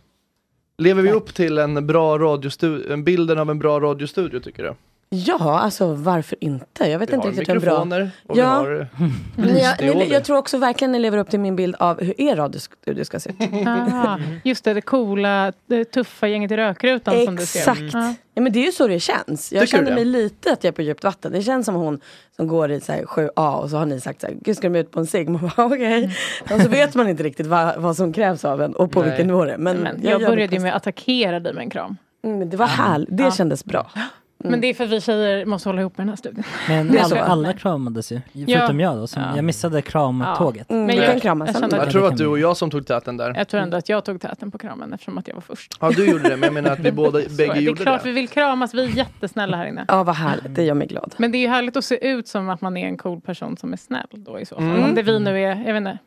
[SPEAKER 9] Lever vi upp till en bra radiostudio, en bilden av en bra radiostudio tycker du?
[SPEAKER 13] Ja, alltså varför inte? Jag vet
[SPEAKER 9] Vi
[SPEAKER 13] inte
[SPEAKER 9] har
[SPEAKER 13] riktigt hur bra...
[SPEAKER 9] mikrofoner och
[SPEAKER 13] ja,
[SPEAKER 9] vi har
[SPEAKER 13] men jag,
[SPEAKER 9] lyssnioler.
[SPEAKER 13] ni, jag tror också verkligen ni lever upp till min bild av hur er radiostudio ska se ut.
[SPEAKER 10] Ah,
[SPEAKER 13] Mm.
[SPEAKER 10] just det, det coola, det tuffa gänget i rökrutan som du ser.
[SPEAKER 13] Exakt.
[SPEAKER 10] Ja.
[SPEAKER 13] Ja, men det är ju så det känns. Jag
[SPEAKER 10] Tycker du
[SPEAKER 13] känner
[SPEAKER 10] det?
[SPEAKER 13] mig lite att jag är på djupt vatten. Det känns som hon som går i så här 7A och så har ni sagt så här, gud ska de ut på en cigg? Man bara okej. Och så vet man inte riktigt vad, vad som krävs av en och på
[SPEAKER 10] Nej.
[SPEAKER 13] vilken nivå det är. Men,
[SPEAKER 10] Men
[SPEAKER 13] jag
[SPEAKER 10] jag
[SPEAKER 13] gör mitt
[SPEAKER 10] började ju
[SPEAKER 13] bästa.
[SPEAKER 10] med att attackera dig med en kram.
[SPEAKER 13] Mm, men det var härligt, det kändes bra. Mm.
[SPEAKER 10] Men det är för att vi tjejer måste hålla ihop med den här studien.
[SPEAKER 7] Men
[SPEAKER 10] Det är
[SPEAKER 7] alla,
[SPEAKER 10] så.
[SPEAKER 7] alla kramades ju,
[SPEAKER 10] Ja.
[SPEAKER 7] förutom jag då. Som, Jag missade kramtåget.
[SPEAKER 10] Ja. Mm, Men vi jag- kan kramas jag sen. känner
[SPEAKER 9] Jag
[SPEAKER 10] att-
[SPEAKER 9] tror att du och jag som tog täten där.
[SPEAKER 10] Jag tror ändå att jag tog täten på kramen eftersom att jag var först.
[SPEAKER 9] Mm. Ja, du gjorde det, men jag menar att vi båda,
[SPEAKER 10] Så
[SPEAKER 9] bägge
[SPEAKER 10] det är
[SPEAKER 9] gjorde
[SPEAKER 10] klart
[SPEAKER 9] det.
[SPEAKER 10] vi vill kramas, vi är jättesnälla här inne.
[SPEAKER 13] Ja vad härligt, det gör mig glad.
[SPEAKER 10] Men det är ju härligt att se ut som att man är en cool person som är snäll då i så fall.
[SPEAKER 13] Mm.
[SPEAKER 10] Om det vi nu är, jag vet inte,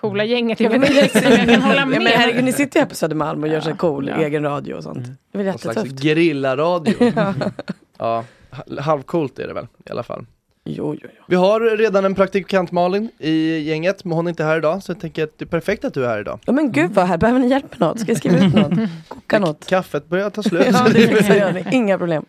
[SPEAKER 10] coola gänget. Jag vet
[SPEAKER 13] men
[SPEAKER 10] inte riktigt om jag kan hålla med.
[SPEAKER 13] Men herregud, ni sitter här på Södermalm och gör så här cool egen radio och sånt. Det är väl
[SPEAKER 9] Någon slags
[SPEAKER 13] jättetufft.
[SPEAKER 7] Mm.
[SPEAKER 9] gerillaradio. ja, halvcoolt är det väl i alla fall.
[SPEAKER 13] Jo, jo,
[SPEAKER 9] Vi har redan en praktikant Malin i gänget, men hon är inte här idag. Så jag tänker att det är perfekt att du är här idag. Mm.
[SPEAKER 13] Ja men gud vad här, behöver ni hjälp med något? Ska jag skriva ut något? Koka
[SPEAKER 10] Mm.
[SPEAKER 13] något?
[SPEAKER 9] Kaffet börjar ta slut.
[SPEAKER 13] Mm. ja, det fixar jag, det är inga problem.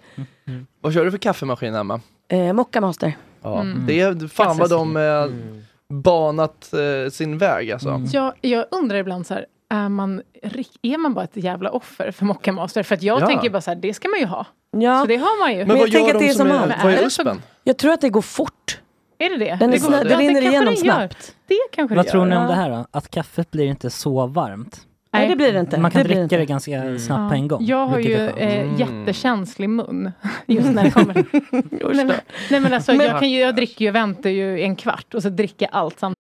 [SPEAKER 9] Vad kör du för kaffemaskin, Emma?
[SPEAKER 13] Eh, Mocka Master.
[SPEAKER 9] Ja,
[SPEAKER 13] Mm.
[SPEAKER 9] det är fan vad de eh,
[SPEAKER 7] Mm.
[SPEAKER 9] banat eh, sin väg alltså.
[SPEAKER 10] Jag, jag undrar ibland så här, är man, rik- är man bara ett jävla offer för Mocka Master? För att jag
[SPEAKER 9] Ja.
[SPEAKER 10] tänker bara så här, det ska man ju ha.
[SPEAKER 13] Ja.
[SPEAKER 10] Så det har man ju.
[SPEAKER 13] Men Men vad jag gör tänker att de det är som som är- allt. vad är
[SPEAKER 10] Eller så-
[SPEAKER 13] USPen? Jag tror att det går fort.
[SPEAKER 10] Är det det?
[SPEAKER 13] Den är
[SPEAKER 10] det går-
[SPEAKER 13] snä- den
[SPEAKER 10] ja, det
[SPEAKER 13] rinner
[SPEAKER 10] kanske
[SPEAKER 13] igenom
[SPEAKER 10] den gör.
[SPEAKER 13] snabbt.
[SPEAKER 10] Det kanske
[SPEAKER 7] Vad
[SPEAKER 10] det
[SPEAKER 7] tror
[SPEAKER 10] gör.
[SPEAKER 7] ni om det här då? Att kaffet blir inte så varmt?
[SPEAKER 10] Nej, det blir det
[SPEAKER 13] inte.
[SPEAKER 7] Man kan
[SPEAKER 10] Det blir
[SPEAKER 7] dricka
[SPEAKER 10] det inte.
[SPEAKER 7] det ganska snabbt på en gång.
[SPEAKER 10] Jag har
[SPEAKER 7] vilket
[SPEAKER 10] ju
[SPEAKER 7] är skönt.
[SPEAKER 10] eh,
[SPEAKER 13] Mm.
[SPEAKER 10] jättekänslig mun. Just när det kommer. nej, men, nej, men alltså,
[SPEAKER 7] Men-
[SPEAKER 10] jag, kan ju, jag dricker ju, väntar ju en kvart och så dricker jag allt samtidigt.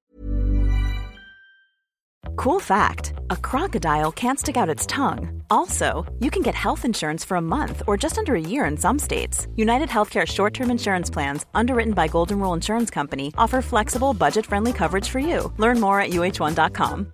[SPEAKER 3] Cool fact a crocodile can't stick out its tongue. Also, you can get health insurance for a month or just under a year in some states. United Healthcare short term insurance plans, underwritten by Golden Rule Insurance Company, offer flexible, budget friendly coverage for you. Learn more at uh1.com.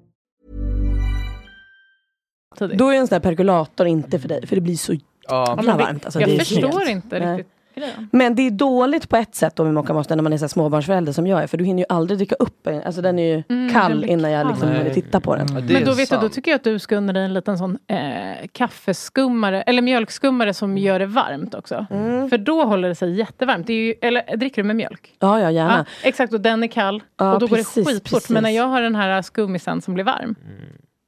[SPEAKER 13] Då är en sån här perkulator inte för dig, för det blir så jävla varmt. Alltså,
[SPEAKER 10] jag
[SPEAKER 13] det är
[SPEAKER 10] förstår
[SPEAKER 13] helt-
[SPEAKER 10] inte
[SPEAKER 13] Nej.
[SPEAKER 10] riktigt grejen.
[SPEAKER 13] Men det är dåligt på ett sätt då med Mocka Master när man är så här småbarnsförälder som jag är, för du hinner ju aldrig dricka upp en. Alltså den är ju
[SPEAKER 10] Mm, den
[SPEAKER 13] kall
[SPEAKER 10] blir
[SPEAKER 13] innan jag
[SPEAKER 10] kall.
[SPEAKER 13] liksom
[SPEAKER 10] Nej.
[SPEAKER 13] hinner titta på den.
[SPEAKER 10] Men då, vet du, då tycker jag att du ska unna dig en liten sån eh, kaffeskummare, eller mjölkskummare som
[SPEAKER 13] Mm.
[SPEAKER 10] gör det varmt också. För då håller det sig jättevarmt. Det är ju, eller dricker du med mjölk?
[SPEAKER 13] Ja, ja, gärna.
[SPEAKER 10] Ja, exakt, och den är kall.
[SPEAKER 13] Ja,
[SPEAKER 10] och då går
[SPEAKER 13] precis,
[SPEAKER 10] det skitfort.
[SPEAKER 13] precis.
[SPEAKER 10] Men när jag har den här eh, skummisen som blir varm,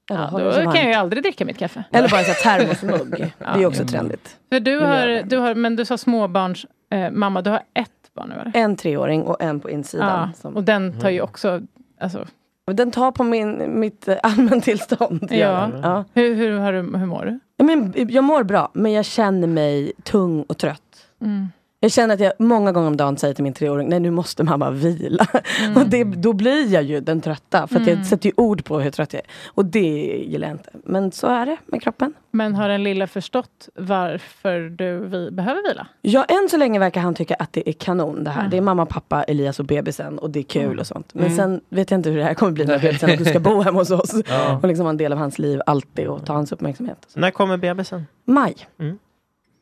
[SPEAKER 13] Ja,
[SPEAKER 10] då,
[SPEAKER 13] håller det sig
[SPEAKER 10] kan jag ju
[SPEAKER 13] varmt.
[SPEAKER 10] aldrig dricka mitt kaffe.
[SPEAKER 13] Eller bara en sån här termosmugg. Det är också trendigt.
[SPEAKER 10] För du
[SPEAKER 13] Vill
[SPEAKER 10] har, du har, men du sa småbarns... Eh, mamma, du har ett barn nu eller?
[SPEAKER 13] En treåring och en på insidan.
[SPEAKER 10] Ja, och den tar ju
[SPEAKER 13] Mm.
[SPEAKER 10] också... Alltså,
[SPEAKER 13] Och Den tar på min, mitt eh, allmäntillstånd. det gör
[SPEAKER 10] Ja.
[SPEAKER 13] den. Ja.
[SPEAKER 10] Hur, hur, har du, hur mår du?
[SPEAKER 13] Ja, Men jag mår bra, men jag känner mig tung och trött.
[SPEAKER 10] Mm.
[SPEAKER 13] Jag känner att jag många gånger om dagen säger till min treåring, nej nu måste mamma vila. Och det, då blir jag ju den trötta, för att
[SPEAKER 10] Mm.
[SPEAKER 13] jag sätter ju ord på hur trött jag är. Och det gillar jag inte. Men så är det med kroppen.
[SPEAKER 10] Men har den lilla förstått varför du vi, behöver vila?
[SPEAKER 13] Ja, än så länge verkar han tycka att det är kanon det här. Det är mamma, pappa, Elias och bebisen och det är kul
[SPEAKER 10] Mm.
[SPEAKER 13] och sånt. Men
[SPEAKER 10] Mm.
[SPEAKER 13] sen vet jag inte hur det här kommer bli när bebisen att du ska bo hemma hos oss.
[SPEAKER 11] Ja.
[SPEAKER 13] Och liksom vara en del av hans liv alltid och ta hans uppmärksamhet.
[SPEAKER 11] När kommer bebisen?
[SPEAKER 13] Maj.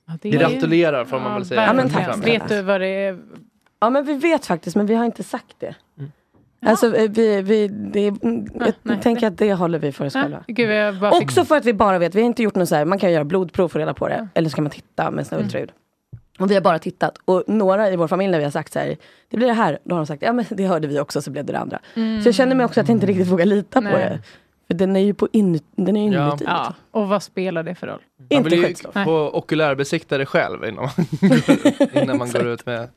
[SPEAKER 10] Ja,
[SPEAKER 13] det är- Gratulerar, får man väl säga. Ja, men tack
[SPEAKER 10] verkligen.
[SPEAKER 13] snälla.
[SPEAKER 10] Vet du vad det är?
[SPEAKER 13] Ja men vi vet faktiskt men vi har inte sagt det.
[SPEAKER 10] Mm.
[SPEAKER 13] Alltså eh, vi, vi det, mm, jag tänker att det håller vi för oss själva.
[SPEAKER 10] Gud, jag bara fick...
[SPEAKER 13] Också för att vi bara vet, vi har inte gjort något så här, man kan göra blodprov för att få reda på det. Eller så kan man titta med sina
[SPEAKER 10] Mm.
[SPEAKER 13] ultraljud. Och vi har bara tittat och några i vår familj när vi har sagt så här, det blir det här, då har de sagt, ja men det hörde vi också så blev det det andra.
[SPEAKER 10] Mm.
[SPEAKER 13] Så jag känner mig också att jag inte riktigt vågar lita
[SPEAKER 10] Nej.
[SPEAKER 13] på det. För den är ju på in, den är ju inuti.
[SPEAKER 10] ja. Och vad spelar det för roll?
[SPEAKER 9] Man vill ju
[SPEAKER 10] Nej.
[SPEAKER 9] få okulärbesiktare själv innan man går, innan man går ut med...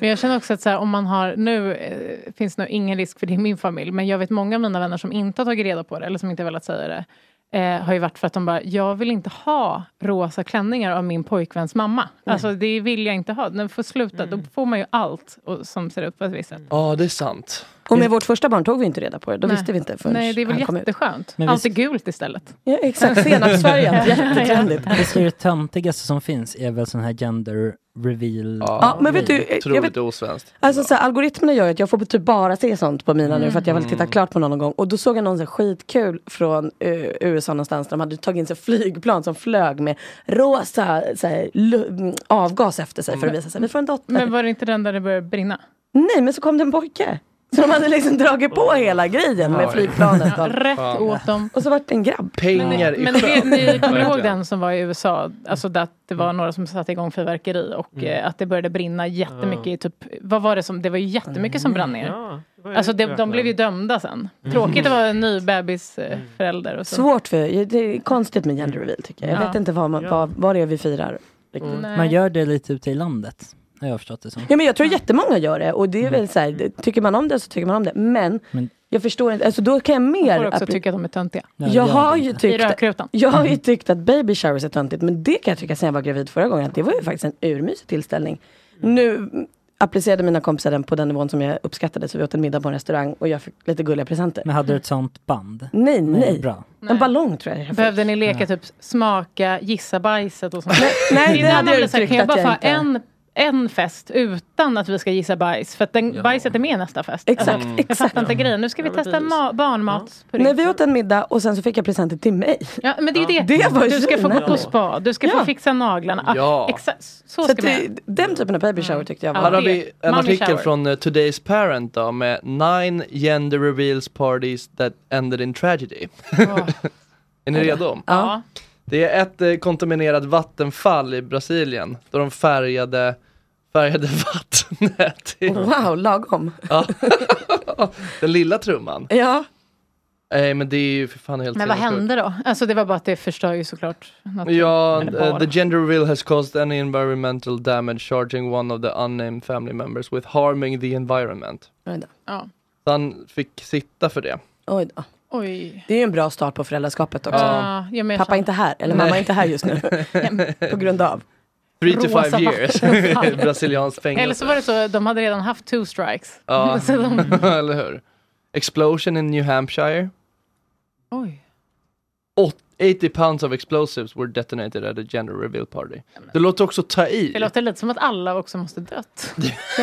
[SPEAKER 10] Men jag känner också att så här, om man har, nu eh, finns nog ingen risk för det i min familj, men jag vet många av mina vänner som inte har tagit reda på det, eller som inte har velat säga det, eh, har ju varit för att de bara, jag vill inte ha rosa klänningar av min pojkväns mamma.
[SPEAKER 9] Nej.
[SPEAKER 10] Alltså det vill jag inte ha. Den får sluta,
[SPEAKER 13] Mm.
[SPEAKER 10] då får man ju allt och, som ser ut på ett visst sätt.
[SPEAKER 9] Ja, det är sant.
[SPEAKER 13] Och med vårt första barn tog vi inte reda på det, då
[SPEAKER 10] Nej.
[SPEAKER 13] visste vi inte förrän
[SPEAKER 10] Nej, det är väl
[SPEAKER 13] han kom ut.
[SPEAKER 10] jätteskönt.
[SPEAKER 13] Men vi-
[SPEAKER 10] Allt är gult istället.
[SPEAKER 13] Ja, exakt, senapsfärgen, jättetrendigt.
[SPEAKER 7] Det som är det töntigaste som finns är väl sån här gender reveal.
[SPEAKER 13] Ja, men vet du, jag Otroligt vet-
[SPEAKER 9] Mm. osvenskt.
[SPEAKER 13] Alltså så här, algoritmerna gör ju att jag får typ bara se sånt på mina nu för att jag har väl
[SPEAKER 9] Mm.
[SPEAKER 13] tittat klart på någon gång. Och då såg jag någon så här skitkul från eh, USA någonstans där de hade tagit in sig flygplan som flög med rosa så här, lu- mm,
[SPEAKER 9] Mm.
[SPEAKER 13] avgas efter sig för att visa sig. Vi får en dotter.
[SPEAKER 10] Men var det inte den där det började brinna?
[SPEAKER 13] Nej men så kom det en pojke. Så de hade liksom dragit på hela grejen med
[SPEAKER 10] Oj.
[SPEAKER 13] flygplanet. och allt.
[SPEAKER 10] Rätt Ja. åt dem.
[SPEAKER 13] Och så vart det en grabb.
[SPEAKER 9] Pengar
[SPEAKER 10] Men ni, ni kommer ihåg
[SPEAKER 9] Mm.
[SPEAKER 10] den som var i USA, alltså där att det var några som satte igång fyrverkeri och
[SPEAKER 11] Mm.
[SPEAKER 10] eh, att det började brinna jättemycket i typ, vad var det som, det var ju jättemycket som brann ner.
[SPEAKER 11] Ja, var ju
[SPEAKER 10] alltså det,
[SPEAKER 11] jäklar.
[SPEAKER 10] de blev ju dömda sen. Tråkigt att vara en ny bebisförälder och så.
[SPEAKER 13] Svårt för, det är konstigt med gender reveal tycker jag. Jag
[SPEAKER 10] Ja.
[SPEAKER 13] vet inte vad, man, vad, vad det är vi firar.
[SPEAKER 10] Liksom,
[SPEAKER 13] riktigt.
[SPEAKER 7] Man gör det lite ute i landet, har jag förstått det som.
[SPEAKER 13] Ja, men jag tror jättemånga gör det. Och det är väl så här, det- tycker man om det så tycker man om det. Men,
[SPEAKER 7] Men-
[SPEAKER 13] jag förstår inte, alltså då kan jag mer...
[SPEAKER 10] Man får också
[SPEAKER 13] appli-
[SPEAKER 10] tycka att de är töntiga.
[SPEAKER 13] Jag har, ju
[SPEAKER 10] I
[SPEAKER 13] tyckt,
[SPEAKER 10] rökrutan.
[SPEAKER 13] jag har ju tyckt att baby showers är töntigt, men det kan jag tycka sen jag var gravid förra gången, att det var ju faktiskt en urmysig tillställning.
[SPEAKER 10] Mm.
[SPEAKER 13] Nu applicerade mina kompisar den på den nivån som jag uppskattade, så vi åt en middag på en restaurang och jag fick lite gulliga presenter.
[SPEAKER 7] Men hade du ett sånt band?
[SPEAKER 13] Nej, nej.
[SPEAKER 7] Bra.
[SPEAKER 13] En ballong tror jag jag fick.
[SPEAKER 10] Behövde ni leka typ smaka, gissa bajset och sånt? Nej,
[SPEAKER 13] nej, det hade jag uttryckt
[SPEAKER 10] Kan jag bara
[SPEAKER 13] att
[SPEAKER 10] få
[SPEAKER 13] jag
[SPEAKER 10] en, en fest utan att vi ska gissa bajs? För att den, bajset är med i nästa fest. Alltså,
[SPEAKER 13] Exakt,
[SPEAKER 10] Jag fattar inte grejen. Nu ska vi testa ma- barnmat.
[SPEAKER 13] Nej, vi åt en middag och sen så fick jag presenter till mig.
[SPEAKER 10] Ja, men det är ju det.
[SPEAKER 13] Det var ju
[SPEAKER 10] du ska få
[SPEAKER 13] fina.
[SPEAKER 10] gå på spa, du ska få fixa naglarna. Ah,
[SPEAKER 9] Ja.
[SPEAKER 10] Exakt, så
[SPEAKER 13] Så
[SPEAKER 10] ska
[SPEAKER 13] att
[SPEAKER 10] man
[SPEAKER 13] det,
[SPEAKER 10] göra.
[SPEAKER 13] den typen av baby
[SPEAKER 10] Mm.
[SPEAKER 13] shower tyckte jag var...
[SPEAKER 9] Här har vi en
[SPEAKER 10] Mommy
[SPEAKER 9] artikel
[SPEAKER 10] shower.
[SPEAKER 9] från eh, Today's Parent då med Nine gender reveals parties that ended in tragedy. är ni redo?
[SPEAKER 10] Ja.
[SPEAKER 9] Det är ett eh, kontaminerat vattenfall i Brasilien där de färgade, färgade vattnet. i-
[SPEAKER 13] Wow, lagom.
[SPEAKER 9] Ja. Den lilla trumman.
[SPEAKER 13] Ja.
[SPEAKER 9] Nej men det är ju för fan helt
[SPEAKER 10] Men vad
[SPEAKER 9] sinnessjukt.
[SPEAKER 10] hände då? Alltså det var bara att det förstör ju såklart. Något
[SPEAKER 9] Ja,
[SPEAKER 10] Eller
[SPEAKER 9] uh,
[SPEAKER 10] bara.
[SPEAKER 9] the gender reveal has caused any environmental damage charging one of the unnamed family members with harming the environment.
[SPEAKER 13] Oj då.
[SPEAKER 10] Ja.
[SPEAKER 9] Så han fick sitta för det.
[SPEAKER 13] Oj då.
[SPEAKER 10] Oj.
[SPEAKER 13] Det är ju en bra start på föräldraskapet också.
[SPEAKER 10] Ja, jag menar-
[SPEAKER 13] Pappa är inte här, eller mamma är
[SPEAKER 9] Nej.
[SPEAKER 13] inte här just nu. på grund av.
[SPEAKER 9] Three to
[SPEAKER 10] Rosa
[SPEAKER 9] five years.
[SPEAKER 10] vattenfall.
[SPEAKER 9] Brasilianskt fängelse.
[SPEAKER 10] Eller så var det så, de hade redan haft two strikes.
[SPEAKER 9] Ja,
[SPEAKER 10] Så de,
[SPEAKER 9] eller hur. Explosion in New Hampshire.
[SPEAKER 10] oj.
[SPEAKER 9] Åt- 80 pounds of explosives were detonated at a gender reveal party. Det låter också ta i.
[SPEAKER 10] Det låter lite som att alla också måste dött.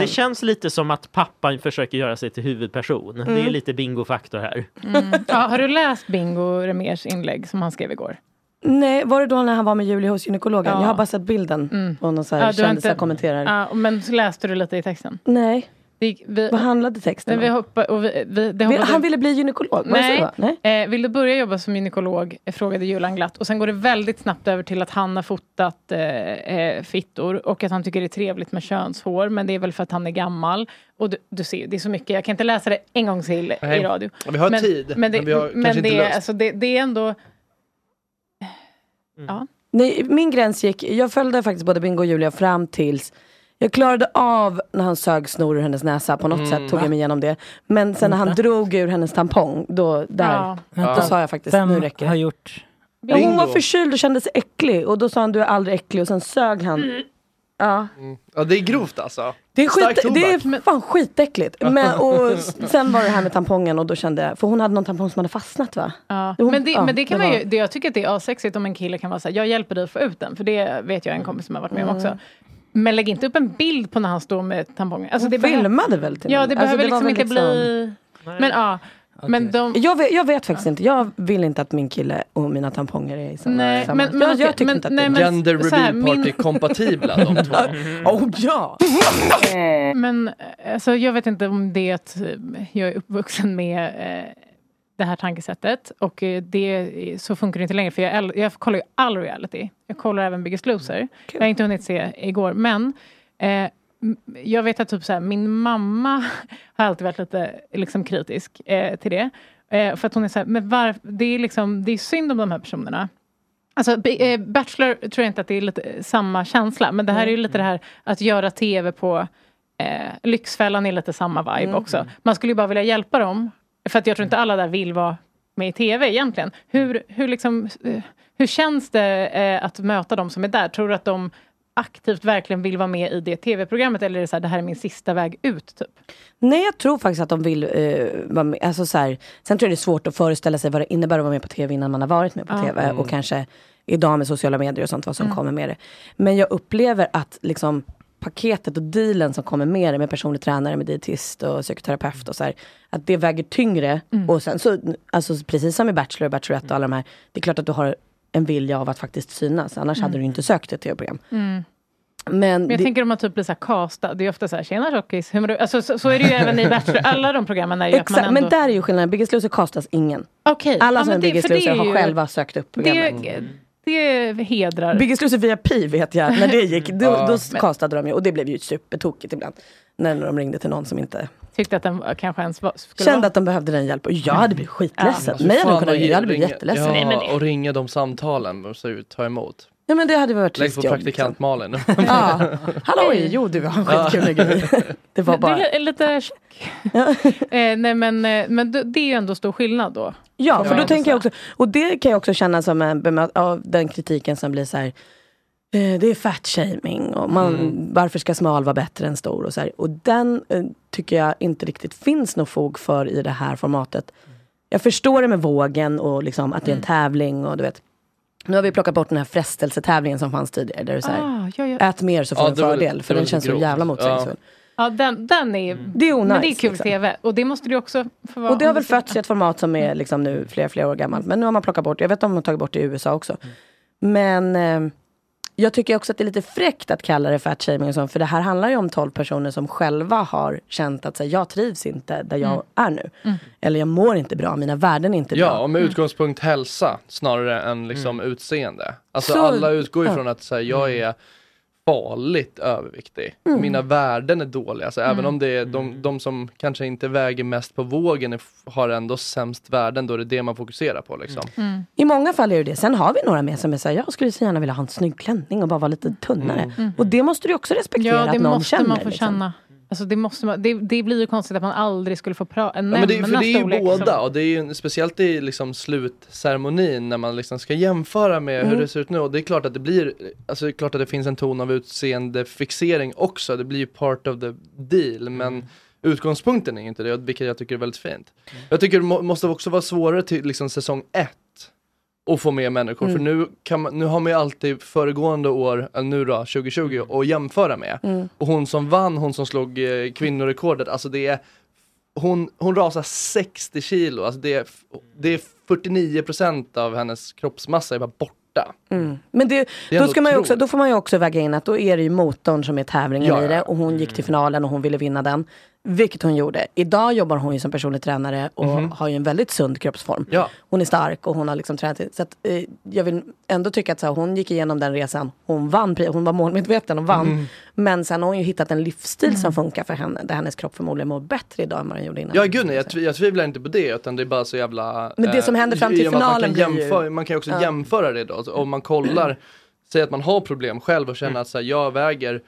[SPEAKER 11] Det känns lite som att pappan försöker göra sig till huvudperson. Det är
[SPEAKER 10] Mm.
[SPEAKER 11] lite bingofaktor här.
[SPEAKER 10] Mm. Ja, har du läst Bingo Remers inlägg som han skrev igår?
[SPEAKER 13] Nej, var det då när han var med Julie hos gynekologen?
[SPEAKER 10] Ja. Mm.
[SPEAKER 13] Jag har bara sett bilden. Och någon så här
[SPEAKER 10] Ja, du har
[SPEAKER 13] kändisar
[SPEAKER 10] inte-
[SPEAKER 13] kommenterar.
[SPEAKER 10] Ja, men så läste du lite i texten?
[SPEAKER 13] Nej.
[SPEAKER 10] Vi, vi,
[SPEAKER 13] Vad handlade texten
[SPEAKER 10] men vi
[SPEAKER 13] om?
[SPEAKER 10] hoppa, och vi, vi, det
[SPEAKER 13] Vill-
[SPEAKER 10] hoppade-
[SPEAKER 13] Han ville bli gynekolog, var det så det
[SPEAKER 10] Nej.
[SPEAKER 13] var? Nej.
[SPEAKER 10] Eh, vill du börja jobba som gynekolog? Eh, Frågade Julan glatt. Och sen går det väldigt snabbt över till att han har fotat eh, eh, fittor och att han tycker det är trevligt med könshår. Men det är väl för att han är gammal. Och du, du ser, ju, det är så mycket. Jag kan inte läsa det en gång till
[SPEAKER 9] Nej.
[SPEAKER 10] i radio.
[SPEAKER 9] Ja, vi har
[SPEAKER 10] men,
[SPEAKER 9] tid,
[SPEAKER 10] Men det,
[SPEAKER 9] men vi har
[SPEAKER 10] men
[SPEAKER 9] kanske inte
[SPEAKER 10] det,
[SPEAKER 9] löst.
[SPEAKER 10] alltså, det, det är ändå... Ja.
[SPEAKER 13] Nej, min gräns gick, jag följde faktiskt både Bingo och Julia fram tills jag klarade av när han sög snor ur hennes näsa, på något
[SPEAKER 7] Mm.
[SPEAKER 13] sätt tog
[SPEAKER 7] Va?
[SPEAKER 13] jag mig igenom det. Men sen när han
[SPEAKER 7] Vänta.
[SPEAKER 13] drog ur hennes tampong, då, där, då sa jag faktiskt,
[SPEAKER 7] Vem
[SPEAKER 13] nu räcker
[SPEAKER 7] har gjort...
[SPEAKER 13] det. Och Hon var
[SPEAKER 9] Bingo.
[SPEAKER 13] förkyld och kände sig äcklig och då sa han, du är aldrig äcklig och sen sög han. Ja.
[SPEAKER 9] Mm. Ja, det är grovt alltså.
[SPEAKER 13] Det är,
[SPEAKER 9] Stark
[SPEAKER 13] skit,
[SPEAKER 9] tobak.
[SPEAKER 13] det är fan skitäckligt. Men, och sen var det här med tampongen och då kände jag, för hon hade någon tampong som hade fastnat va?
[SPEAKER 10] Ja.
[SPEAKER 13] Hon-
[SPEAKER 10] Men, det,
[SPEAKER 13] ja,
[SPEAKER 10] men det kan
[SPEAKER 13] det
[SPEAKER 10] man ju,
[SPEAKER 13] var-
[SPEAKER 10] det, jag tycker att det är asexigt om en kille kan vara så här, jag hjälper dig att få ut den, för det vet jag en kompis som har varit med om också.
[SPEAKER 13] Mm.
[SPEAKER 10] Men lägg inte upp en bild på när han står med tampongen. Alltså,
[SPEAKER 13] Hon
[SPEAKER 10] det behö-
[SPEAKER 13] filmade väl till
[SPEAKER 10] Ja,
[SPEAKER 13] och
[SPEAKER 10] det
[SPEAKER 13] med? Alltså,
[SPEAKER 10] behöver
[SPEAKER 13] det var
[SPEAKER 10] liksom inte
[SPEAKER 13] väl liksom-
[SPEAKER 10] bli... Men ja, men de...
[SPEAKER 13] Mm. Jag vet, jag vet faktiskt inte, jag vill inte att min kille och mina tamponger är i samma...
[SPEAKER 10] Nej,
[SPEAKER 13] samma.
[SPEAKER 10] men-
[SPEAKER 13] jag,
[SPEAKER 10] men
[SPEAKER 13] jag
[SPEAKER 10] okej,
[SPEAKER 13] tycker
[SPEAKER 10] men-
[SPEAKER 13] inte att
[SPEAKER 10] nej,
[SPEAKER 13] det
[SPEAKER 10] men
[SPEAKER 9] Gender
[SPEAKER 10] så här,
[SPEAKER 9] reveal party
[SPEAKER 10] min-
[SPEAKER 9] kompatibla de två.
[SPEAKER 13] Oh ja!
[SPEAKER 10] Men alltså, jag vet inte om det är att eh, jag är uppvuxen med eh, det här tankesättet. Och eh, det, så funkar det inte längre. För jag, äl- jag kollar ju all reality. Jag kollar även Biggest Loser. Jag har inte hunnit se igår. Men eh, m- jag vet att typ så här, min mamma har alltid varit lite liksom, kritisk eh, till det. Eh, för att hon är så här, men varf- det, är liksom, det är synd om de här personerna. Alltså, Bi- eh, Bachelor tror jag inte att det är lite eh, samma känsla, men det här är ju lite det här att göra tv på... Eh, Lyxfällan är lite samma vibe
[SPEAKER 11] Mm.
[SPEAKER 10] också. Man skulle ju bara vilja hjälpa dem, för att jag tror inte alla där vill vara med i tv egentligen. Hur, hur, liksom, eh, hur känns det eh, att möta de som är där? Tror du att de aktivt verkligen vill vara med i det tv-programmet, eller är det så här, det här är min sista väg ut? Typ?
[SPEAKER 13] Nej, jag tror faktiskt att de vill eh, vara med. Alltså, så här, sen tror jag det är svårt att föreställa sig vad det innebär att vara med på tv innan man har varit med på
[SPEAKER 10] Ja.
[SPEAKER 13] tv.
[SPEAKER 10] Mm.
[SPEAKER 13] Och kanske idag med sociala medier och sånt, vad som
[SPEAKER 10] Mm.
[SPEAKER 13] kommer med det. Men jag upplever att liksom, paketet och dealen som kommer med det, med personlig tränare, med dietist och psykoterapeut och så här, att det väger tyngre.
[SPEAKER 10] Mm.
[SPEAKER 13] Och sen så, alltså, precis som i Bachelor och Bachelorette och alla de här, det är klart att du har en vilja av att faktiskt synas, annars
[SPEAKER 10] Mm.
[SPEAKER 13] hade du inte sökt ett tv-program. Men,
[SPEAKER 10] Men jag
[SPEAKER 13] det-
[SPEAKER 10] tänker om man typ blir så här castad. Det är ofta så här, tjena tjockis, hur mår du? Alltså, så, så är det ju även i Bachelor. Alla de programmen är ju att man
[SPEAKER 13] Exakt,
[SPEAKER 10] ändå...
[SPEAKER 13] men där är ju skillnaden. Biggest Loser castas ingen.
[SPEAKER 10] Okej,
[SPEAKER 13] Alla
[SPEAKER 10] ja,
[SPEAKER 13] som
[SPEAKER 10] men
[SPEAKER 13] är
[SPEAKER 10] det-
[SPEAKER 13] Biggest
[SPEAKER 10] för det
[SPEAKER 13] Loser
[SPEAKER 10] är
[SPEAKER 13] har
[SPEAKER 10] ju-
[SPEAKER 13] själva sökt upp programmet.
[SPEAKER 10] det, det hedrar.
[SPEAKER 13] Biggest Loser via Pi vet jag, när det gick, då,
[SPEAKER 10] Ja.
[SPEAKER 13] då
[SPEAKER 10] Men-
[SPEAKER 13] castade de ju och det blev ju supertokigt ibland. När de ringde till någon som inte
[SPEAKER 10] Tyckte att den var- kanske ens var, skulle
[SPEAKER 13] kände
[SPEAKER 10] vara...
[SPEAKER 13] att de behövde den hjälpen. Och jag hade blivit skitledsen.
[SPEAKER 9] Alltså,
[SPEAKER 10] Ja.
[SPEAKER 13] Mig hade de
[SPEAKER 10] Fan,
[SPEAKER 13] kunnat,
[SPEAKER 10] vad
[SPEAKER 13] jag hade blivit
[SPEAKER 10] ringa-
[SPEAKER 13] jätteledsen.
[SPEAKER 9] Ja,
[SPEAKER 13] Nej, men det-
[SPEAKER 9] och ringa de samtalen och så ta emot.
[SPEAKER 13] Ja men det hade varit
[SPEAKER 9] Lägg
[SPEAKER 13] trist
[SPEAKER 9] på
[SPEAKER 13] jobb. liksom.
[SPEAKER 9] praktikant-Malin.
[SPEAKER 13] Ja. Halloj, jo du har en skitkul grej. Det var bara...
[SPEAKER 10] Du är lite tjock. eh, nej men, eh, men då- det är ju ändå stor skillnad då.
[SPEAKER 13] Ja, för
[SPEAKER 10] Ja.
[SPEAKER 13] då tänker jag också, och det kan jag också känna som en bemöt av den kritiken som blir så här, eh, det är fat-shaming och man,
[SPEAKER 10] Mm.
[SPEAKER 13] varför ska smal vara bättre än stor och så här. Och den eh, tycker jag inte riktigt finns något fog för i det här formatet. Jag förstår det med vågen och liksom att det är
[SPEAKER 10] Mm.
[SPEAKER 13] en tävling och du vet. Nu har vi plockat bort den här frestelsetävlingen som fanns tidigare. Där du så här,
[SPEAKER 10] Ah, ja, ja.
[SPEAKER 13] Ät mer så får
[SPEAKER 10] Ja,
[SPEAKER 13] du en
[SPEAKER 10] det var-
[SPEAKER 13] fördel,
[SPEAKER 10] det
[SPEAKER 13] för
[SPEAKER 10] var
[SPEAKER 13] den
[SPEAKER 10] lite
[SPEAKER 13] känns så
[SPEAKER 10] grovt.
[SPEAKER 13] jävla
[SPEAKER 10] Ja.
[SPEAKER 13] motsägelsefull.
[SPEAKER 10] Ja, den, den är...
[SPEAKER 9] Mm.
[SPEAKER 13] Det är onajs,
[SPEAKER 10] Men det är kul
[SPEAKER 13] liksom.
[SPEAKER 10] tv. Och det måste du också få vara.
[SPEAKER 13] Och det har väl fötts i ett format som
[SPEAKER 10] Mm.
[SPEAKER 13] är liksom nu flera, flera år gammalt. Men nu har man plockat bort, jag vet att de har tagit bort det i USA också.
[SPEAKER 10] Mm.
[SPEAKER 13] Men eh, jag tycker också att det är lite fräckt att kalla det fatshaming och sånt. För det här handlar ju om 12 personer som själva har känt att så här, jag trivs inte där jag
[SPEAKER 9] Mm.
[SPEAKER 13] är nu. Eller jag mår inte bra, mina värden är inte
[SPEAKER 9] Ja,
[SPEAKER 13] bra.
[SPEAKER 9] och med utgångspunkt hälsa snarare än liksom utseende. Alltså
[SPEAKER 13] Mm. Så-
[SPEAKER 9] alla utgår ju
[SPEAKER 13] ja.
[SPEAKER 9] från att så här, jag är farligt överviktig.
[SPEAKER 13] Mm.
[SPEAKER 9] Mina värden är dåliga. Så Även
[SPEAKER 1] Mm.
[SPEAKER 9] om det är de, de som kanske inte väger mest på vågen är, har ändå sämst värden, då är det det man fokuserar på. Liksom.
[SPEAKER 13] I många fall är det det. Sen har vi några med som är såhär, jag skulle så gärna vilja ha en snygg klänning och bara vara lite tunnare.
[SPEAKER 9] Mm.
[SPEAKER 13] Och det måste du också respektera
[SPEAKER 10] Mm. Ja, det
[SPEAKER 13] att någon
[SPEAKER 10] måste
[SPEAKER 13] känner.
[SPEAKER 10] man få
[SPEAKER 13] liksom.
[SPEAKER 10] känna. Alltså det, måste man, det, det blir ju konstigt att man aldrig skulle få pra-
[SPEAKER 9] Ja,
[SPEAKER 10] nämna
[SPEAKER 9] men liksom. det, är- för det är ju
[SPEAKER 10] storlek liksom.
[SPEAKER 9] båda
[SPEAKER 10] som-
[SPEAKER 9] och det är ju, speciellt i liksom slutceremonin när man liksom ska jämföra med
[SPEAKER 10] Mm.
[SPEAKER 9] hur det ser ut nu och det är klart att det blir, alltså det är klart att det finns en ton av utseendefixering också, det blir ju part of the deal men utgångspunkten är ju inte det och vilket jag tycker är väldigt fint. Jag tycker det må, måste också vara svårare till liksom säsong ett och få med människor
[SPEAKER 1] Mm.
[SPEAKER 9] för nu, kan man, nu har man ju alltid föregående år, eller nu då 2020, att jämföra med.
[SPEAKER 1] Mm.
[SPEAKER 9] Och hon som vann, hon som slog eh, kvinnorekordet, alltså det är hon, hon rasar 60 kilo, alltså det är, f- det är 49% av hennes kroppsmassa är bara borta.
[SPEAKER 13] Mm. Men det,
[SPEAKER 9] Det är
[SPEAKER 13] då,
[SPEAKER 9] ändå
[SPEAKER 13] ska man ju också,
[SPEAKER 9] otroligt.
[SPEAKER 13] då får man ju också väga in att då är det ju motorn som är tävlingen
[SPEAKER 9] Ja,
[SPEAKER 13] i
[SPEAKER 9] ja, Mm.
[SPEAKER 13] det. Och hon gick till finalen och hon ville vinna den. Vilket hon gjorde. Idag jobbar hon ju som personlig tränare och
[SPEAKER 9] Mhm.
[SPEAKER 13] har ju en väldigt sund kroppsform.
[SPEAKER 9] Ja.
[SPEAKER 13] Hon är stark och hon har liksom tränat. Så att, eh, jag vill ändå tycka att så här, hon gick igenom den resan. Hon vann, pri- hon var målmedveten och vann.
[SPEAKER 9] Mm.
[SPEAKER 13] Men sen har hon ju hittat en livsstil som funkar för henne. Där hennes kropp förmodligen mår bättre idag än vad den gjorde innan.
[SPEAKER 9] Ja gud nej, jag, tv- jag tvivlar inte på det utan det är bara så jävla... eh,
[SPEAKER 13] Men det som händer fram till
[SPEAKER 9] i och med att
[SPEAKER 13] finalen
[SPEAKER 9] man kan,
[SPEAKER 13] blir ju-
[SPEAKER 9] jämföra, man kan ju också
[SPEAKER 13] Ja.
[SPEAKER 9] jämföra det då, alltså, om man kollar, säg att man har problem själv och känner att så här, jag väger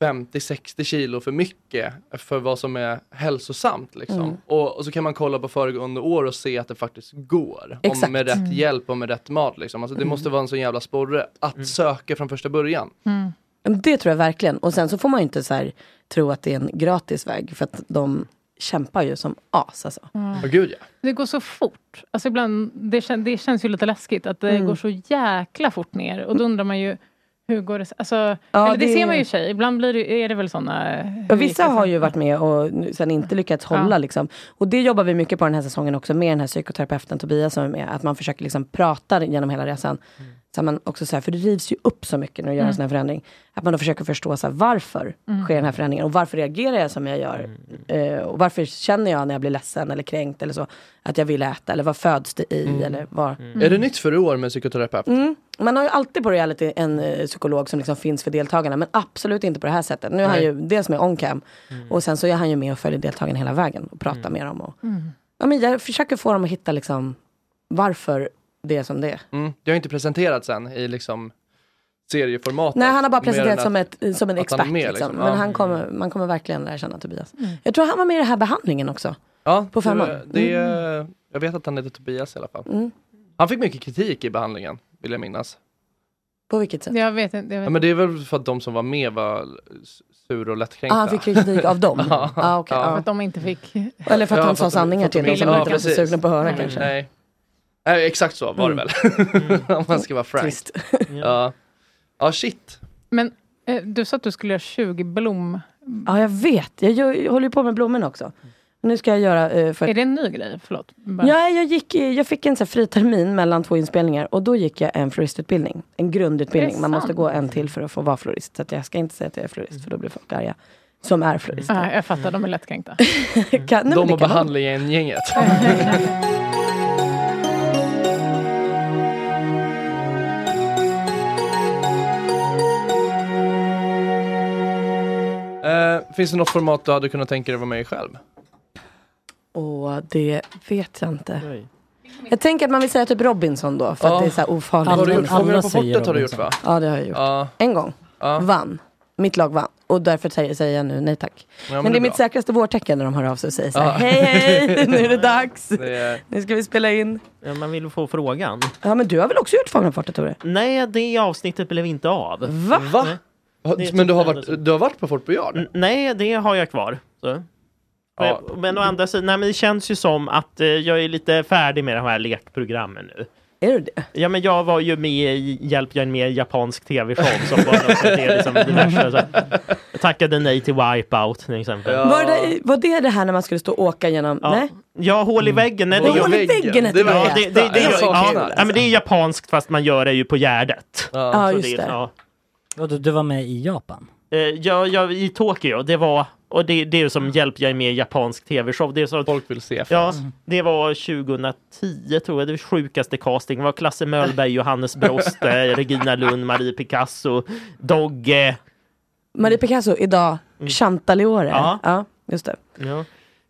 [SPEAKER 9] 50-60 kilo för mycket för vad som är hälsosamt liksom.
[SPEAKER 13] Mm.
[SPEAKER 9] Och, och så kan man kolla på föregående år och se att det faktiskt går.
[SPEAKER 13] Exakt.
[SPEAKER 9] Om, med rätt
[SPEAKER 13] Mm.
[SPEAKER 9] hjälp och med rätt mat liksom. Alltså det
[SPEAKER 13] Mm.
[SPEAKER 9] måste vara en sån jävla sporre att söka från första början.
[SPEAKER 13] Men Det tror jag verkligen. Och sen så får man ju inte så här, tro att det är en gratis väg. För att de kämpar ju som as alltså.
[SPEAKER 10] Ja.
[SPEAKER 9] Åh, gud ja.
[SPEAKER 10] Det går så fort. Alltså ibland, det, kän, det känns ju lite läskigt att det
[SPEAKER 13] Mm.
[SPEAKER 10] går så jäkla fort ner. Och då undrar man ju, hur går det? Alltså,
[SPEAKER 13] Ja,
[SPEAKER 10] eller det,
[SPEAKER 13] det-
[SPEAKER 10] ser man ju i och för sig. Ibland blir det, är det väl såna... eh,
[SPEAKER 13] Ja, vissa har ju varit med och nu- sen inte lyckats hålla.
[SPEAKER 10] Ja.
[SPEAKER 13] Liksom. Och det jobbar vi mycket på den här säsongen också med den här psykoterapeuten Tobias som är med. Att man försöker liksom prata genom hela resan. Så att man också så här, för det rivs ju upp så mycket när du gör en
[SPEAKER 10] Mm.
[SPEAKER 13] sån här förändring. Att man då försöker förstå så här, varför
[SPEAKER 10] Mm.
[SPEAKER 13] sker den här förändringen och varför reagerar jag som jag gör? Eh, och varför känner jag när jag blir ledsen eller kränkt eller så att jag vill äta eller vad föds det i?
[SPEAKER 9] Mm.
[SPEAKER 13] Eller vad?
[SPEAKER 9] Är det nytt för i år med psykoterapeut?
[SPEAKER 13] Mm. Man har ju alltid på reality en eh, psykolog som liksom finns för deltagarna men absolut inte på det här sättet. Nu är han
[SPEAKER 9] Nej.
[SPEAKER 13] ju dels med on cam
[SPEAKER 11] Mm.
[SPEAKER 13] och sen så är han ju med och följer deltagarna hela vägen och pratar
[SPEAKER 9] Mm.
[SPEAKER 13] med dem. Och,
[SPEAKER 10] Mm.
[SPEAKER 13] ja, men jag försöker få dem att hitta liksom, varför det är som det är.
[SPEAKER 9] Mm. Det har inte presenterats än i liksom serieformatet.
[SPEAKER 13] Nej, han har bara
[SPEAKER 9] Mer än
[SPEAKER 13] presenterats
[SPEAKER 9] att-
[SPEAKER 13] som, ett, som en
[SPEAKER 9] att han är
[SPEAKER 13] expert.
[SPEAKER 9] med,
[SPEAKER 13] liksom.
[SPEAKER 9] liksom.
[SPEAKER 13] Men
[SPEAKER 9] Ja.
[SPEAKER 13] han kommer, man kommer verkligen lära känna Tobias.
[SPEAKER 9] Mm.
[SPEAKER 13] Jag tror han var med i den här behandlingen också.
[SPEAKER 9] Ja,
[SPEAKER 13] på
[SPEAKER 9] det-
[SPEAKER 13] femman.
[SPEAKER 9] Det, Jag vet att han heter Tobias i alla fall.
[SPEAKER 13] Mm.
[SPEAKER 9] Han fick mycket kritik i behandlingen, vill jag minnas.
[SPEAKER 13] På vilket sätt?
[SPEAKER 10] Jag vet inte. Jag vet.
[SPEAKER 9] Ja, men det är väl för att de som var med var s- sura och lättkränkta.
[SPEAKER 13] Ah, han fick kritik av dem?
[SPEAKER 9] Ja.
[SPEAKER 13] ah, okay,
[SPEAKER 9] Ja.
[SPEAKER 13] ja.
[SPEAKER 10] För att de inte fick...
[SPEAKER 13] Eller för att
[SPEAKER 9] Ja,
[SPEAKER 13] han sa
[SPEAKER 9] för att-
[SPEAKER 13] sanningar
[SPEAKER 9] för att
[SPEAKER 13] till
[SPEAKER 9] de
[SPEAKER 13] dem
[SPEAKER 9] inte-
[SPEAKER 13] som de
[SPEAKER 9] Ja,
[SPEAKER 13] inte var så
[SPEAKER 9] precis. Mm.
[SPEAKER 13] sugna på att höra
[SPEAKER 9] Nej.
[SPEAKER 13] kanske. Mm.
[SPEAKER 9] Nej. Nej, exakt så var det väl. Om man ska vara frank.
[SPEAKER 13] Trist.
[SPEAKER 9] Ja. ja, shit.
[SPEAKER 10] Men eh, du sa att du skulle göra 20 blom...
[SPEAKER 13] Ja, jag vet. Jag, gör- jag håller ju på med blommorna också. Nu ska jag göra eh, för
[SPEAKER 10] Är det en ny grej? Förlåt. Bara-
[SPEAKER 13] Ja, jag, gick, jag fick en så här fri termin mellan två inspelningar och då gick jag en floristutbildning. En
[SPEAKER 10] Är
[SPEAKER 13] grundutbildning.
[SPEAKER 10] det
[SPEAKER 13] Man måste
[SPEAKER 10] sant?
[SPEAKER 13] gå en till för att få vara florist. Så att jag ska inte säga att jag är florist för då blir folk arga. Som är florister.
[SPEAKER 10] Ah, jag fattar, de är lättkränkta.
[SPEAKER 13] Kan-
[SPEAKER 9] De
[SPEAKER 13] nej, men det
[SPEAKER 9] och
[SPEAKER 13] kan vara-
[SPEAKER 9] behandlingen-gänget. Eh, finns det något format du hade kunnat tänka dig vara med i själv?
[SPEAKER 13] Åh, det vet jag inte. Jag tänker att man vill säga typ Robinson då, för att det är så här ofarligt.
[SPEAKER 9] Har du gjort Fångarna på fortet har du gjort va?
[SPEAKER 13] Ja, det har jag gjort.
[SPEAKER 9] Ja.
[SPEAKER 13] En gång.
[SPEAKER 9] Ja.
[SPEAKER 13] Vann. Mitt lag vann. Och därför säger säger jag nu nej tack.
[SPEAKER 9] Ja,
[SPEAKER 13] men,
[SPEAKER 9] men
[SPEAKER 13] det
[SPEAKER 9] det
[SPEAKER 13] är
[SPEAKER 9] är
[SPEAKER 13] mitt
[SPEAKER 9] bra.
[SPEAKER 13] säkraste vårtecken när de hör av sig och säger så här,
[SPEAKER 11] Ja.
[SPEAKER 13] hej hej, nu är det dags.
[SPEAKER 9] Det är-
[SPEAKER 13] Nu ska vi spela in.
[SPEAKER 11] Ja, man vill få frågan.
[SPEAKER 13] Ja men du har väl också gjort Fångarna på fortet Tore?
[SPEAKER 11] Nej, det avsnittet blev inte av.
[SPEAKER 13] Va?
[SPEAKER 11] Nej.
[SPEAKER 9] Mm. Ha-
[SPEAKER 11] Mm. Det är
[SPEAKER 9] Men du har,
[SPEAKER 11] typ
[SPEAKER 9] varit, du har varit på Fort Boyard?
[SPEAKER 11] Nej, det har jag kvar. Så.
[SPEAKER 9] Ja.
[SPEAKER 11] Men- Men å andra sidan, nej, men det känns ju som att eh, jag är lite färdig med de här lekprogrammen nu.
[SPEAKER 13] Är du det?
[SPEAKER 11] Ja, men jag var ju med i Hjälp, jag är med i japansk tv-show som var något sånt, det är liksom diverse. Så. här. Jag tackade nej till Wipeout till exempel.
[SPEAKER 13] Var, det, var det det här när man skulle stå och åka genom,
[SPEAKER 11] Ja.
[SPEAKER 13] nej?
[SPEAKER 11] Ja, hål i väggen. Nej,
[SPEAKER 13] Hål i väggen heter det.
[SPEAKER 11] var-
[SPEAKER 13] Ja,
[SPEAKER 11] det, det, det,
[SPEAKER 13] det är
[SPEAKER 11] ja,
[SPEAKER 13] så kul.
[SPEAKER 11] ja, men det är japanskt fast man gör det ju på Gärdet.
[SPEAKER 13] Ja,
[SPEAKER 11] Så
[SPEAKER 13] just det.
[SPEAKER 11] ja.
[SPEAKER 7] Och du, du var med i Japan?
[SPEAKER 11] Eh, ja, ja, i Tokyo, det var, och det, det är ju som Hjälp, jag är med i japansk tv-show. Det är så,
[SPEAKER 9] Folk vill se.
[SPEAKER 11] Ja, det var 2010 tror jag, det var sjukaste casting. Det var Klasse Mölberg, Johannes Brost, eh, Regina Lund, Marie Picasso, Dogge.
[SPEAKER 13] Marie Picasso idag, Chantaliore.
[SPEAKER 11] Mm. Ja.
[SPEAKER 13] ja, just det.
[SPEAKER 11] Ja.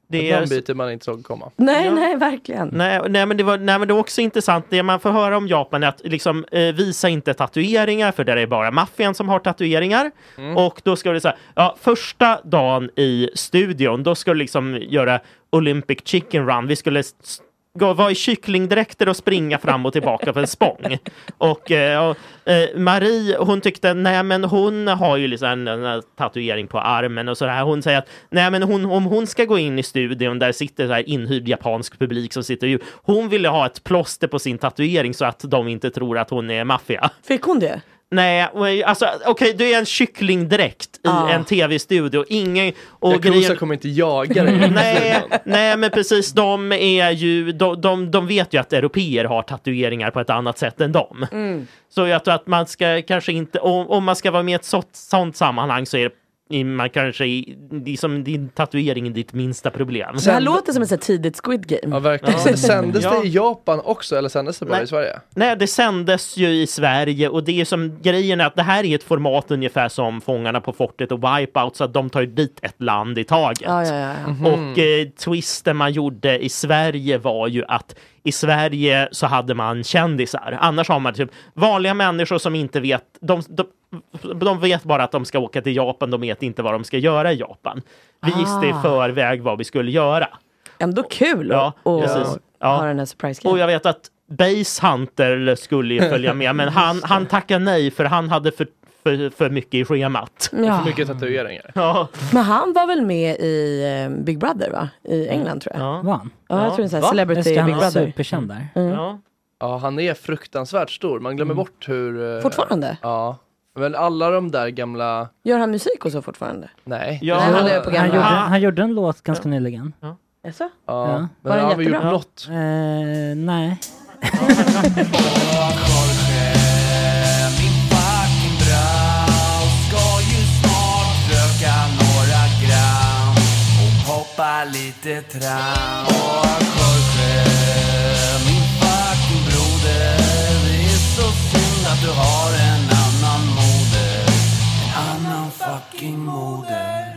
[SPEAKER 9] Det är... De biter man inte såg komma.
[SPEAKER 13] Nej, nej, verkligen.
[SPEAKER 11] Nej, nej, men det var, nej, men det var också intressant. Det man får höra om Japan är att liksom, eh, visa inte tatueringar, för där är det bara maffian som har tatueringar. Och då ska det så här, ja, första dagen i studion, då ska du liksom göra Olympic chicken run. Vi skulle s- gå, vara i kycklingdräkter och springa fram och tillbaka på en spång. Och, eh, och eh, Marie, hon tyckte, nej men hon har ju liksom en, en, en tatuering på armen och så här. Hon säger att, nej men hon, om hon ska gå in i studion, där sitter så här inhyrd japansk publik som sitter ju, hon ville ha ett plåster på sin tatuering så att de inte tror att hon är maffia.
[SPEAKER 13] Fick hon det?
[SPEAKER 11] Nej, och- alltså okej, du är en kycklingdräkt i
[SPEAKER 9] Ah.
[SPEAKER 11] en tv-studio. Ingen... Och
[SPEAKER 9] Yakuza
[SPEAKER 11] grejen-
[SPEAKER 9] kommer inte jaga dig.
[SPEAKER 11] nej, nej, men precis. De, är ju, de, de, de vet ju att europeer har tatueringar på ett annat sätt än dem.
[SPEAKER 13] Mm.
[SPEAKER 11] Så jag tror att man ska kanske inte, om, om man ska vara med i ett sånt, sånt sammanhang så är det, i- man kanske, i- liksom din tatuering är ditt minsta problem.
[SPEAKER 13] Det här låter som ett så här tidigt Squid Game.
[SPEAKER 9] Ja, verkligen.
[SPEAKER 11] Ja.
[SPEAKER 9] Sändes det i
[SPEAKER 11] Ja.
[SPEAKER 9] Japan också eller sändes det bara
[SPEAKER 11] Nej.
[SPEAKER 9] i Sverige?
[SPEAKER 11] Nej, det sändes ju i Sverige och det är som grejen är att det här är ett format ungefär som Fångarna på fortet och Wipeout så att de tar ju dit ett land i taget.
[SPEAKER 13] Ja, ja, ja, ja.
[SPEAKER 11] Och eh, twisten man gjorde i Sverige var ju att i Sverige så hade man kändisar. Annars har man typ vanliga människor som inte vet. De, de, de vet bara att de ska åka till Japan. De vet inte vad de ska göra i Japan. Vi gissade i
[SPEAKER 13] Ah.
[SPEAKER 11] förväg vad vi skulle göra.
[SPEAKER 13] Ändå kul
[SPEAKER 11] Ja,
[SPEAKER 13] att och,
[SPEAKER 11] precis. Ja.
[SPEAKER 13] ha den här surprise
[SPEAKER 11] Och jag vet att Base Hunter skulle ju följa med, men han, han tackade nej för han hade för, för, för mycket i schemat.
[SPEAKER 13] Ja.
[SPEAKER 9] För mycket tatueringar.
[SPEAKER 11] Ja.
[SPEAKER 13] Men han var väl med i eh, Big Brother va? I
[SPEAKER 11] Mm.
[SPEAKER 13] England tror jag.
[SPEAKER 7] Var han?
[SPEAKER 13] Ja, jag tror det är en sån här celebrity Big Brother. Mm.
[SPEAKER 11] Ja.
[SPEAKER 9] ja, han är fruktansvärt stor. Man
[SPEAKER 11] Mm.
[SPEAKER 9] glömmer bort hur... eh,
[SPEAKER 13] Fortfarande?
[SPEAKER 9] Ja. Men alla de där gamla...
[SPEAKER 13] Gör han musik och så fortfarande?
[SPEAKER 9] Nej.
[SPEAKER 7] han,
[SPEAKER 13] han är på
[SPEAKER 7] gjorde,
[SPEAKER 13] gamla-
[SPEAKER 7] han gjorde en låt ganska nyligen.
[SPEAKER 13] Jaså?
[SPEAKER 9] Ja.
[SPEAKER 7] Ja.
[SPEAKER 9] Men han har väl gjort
[SPEAKER 7] Ja.
[SPEAKER 9] något?
[SPEAKER 7] Eh, nej.
[SPEAKER 14] Hoppa lite tram Och Jorge, min fucking broder Det är så synd att du har en annan moder En annan fucking moder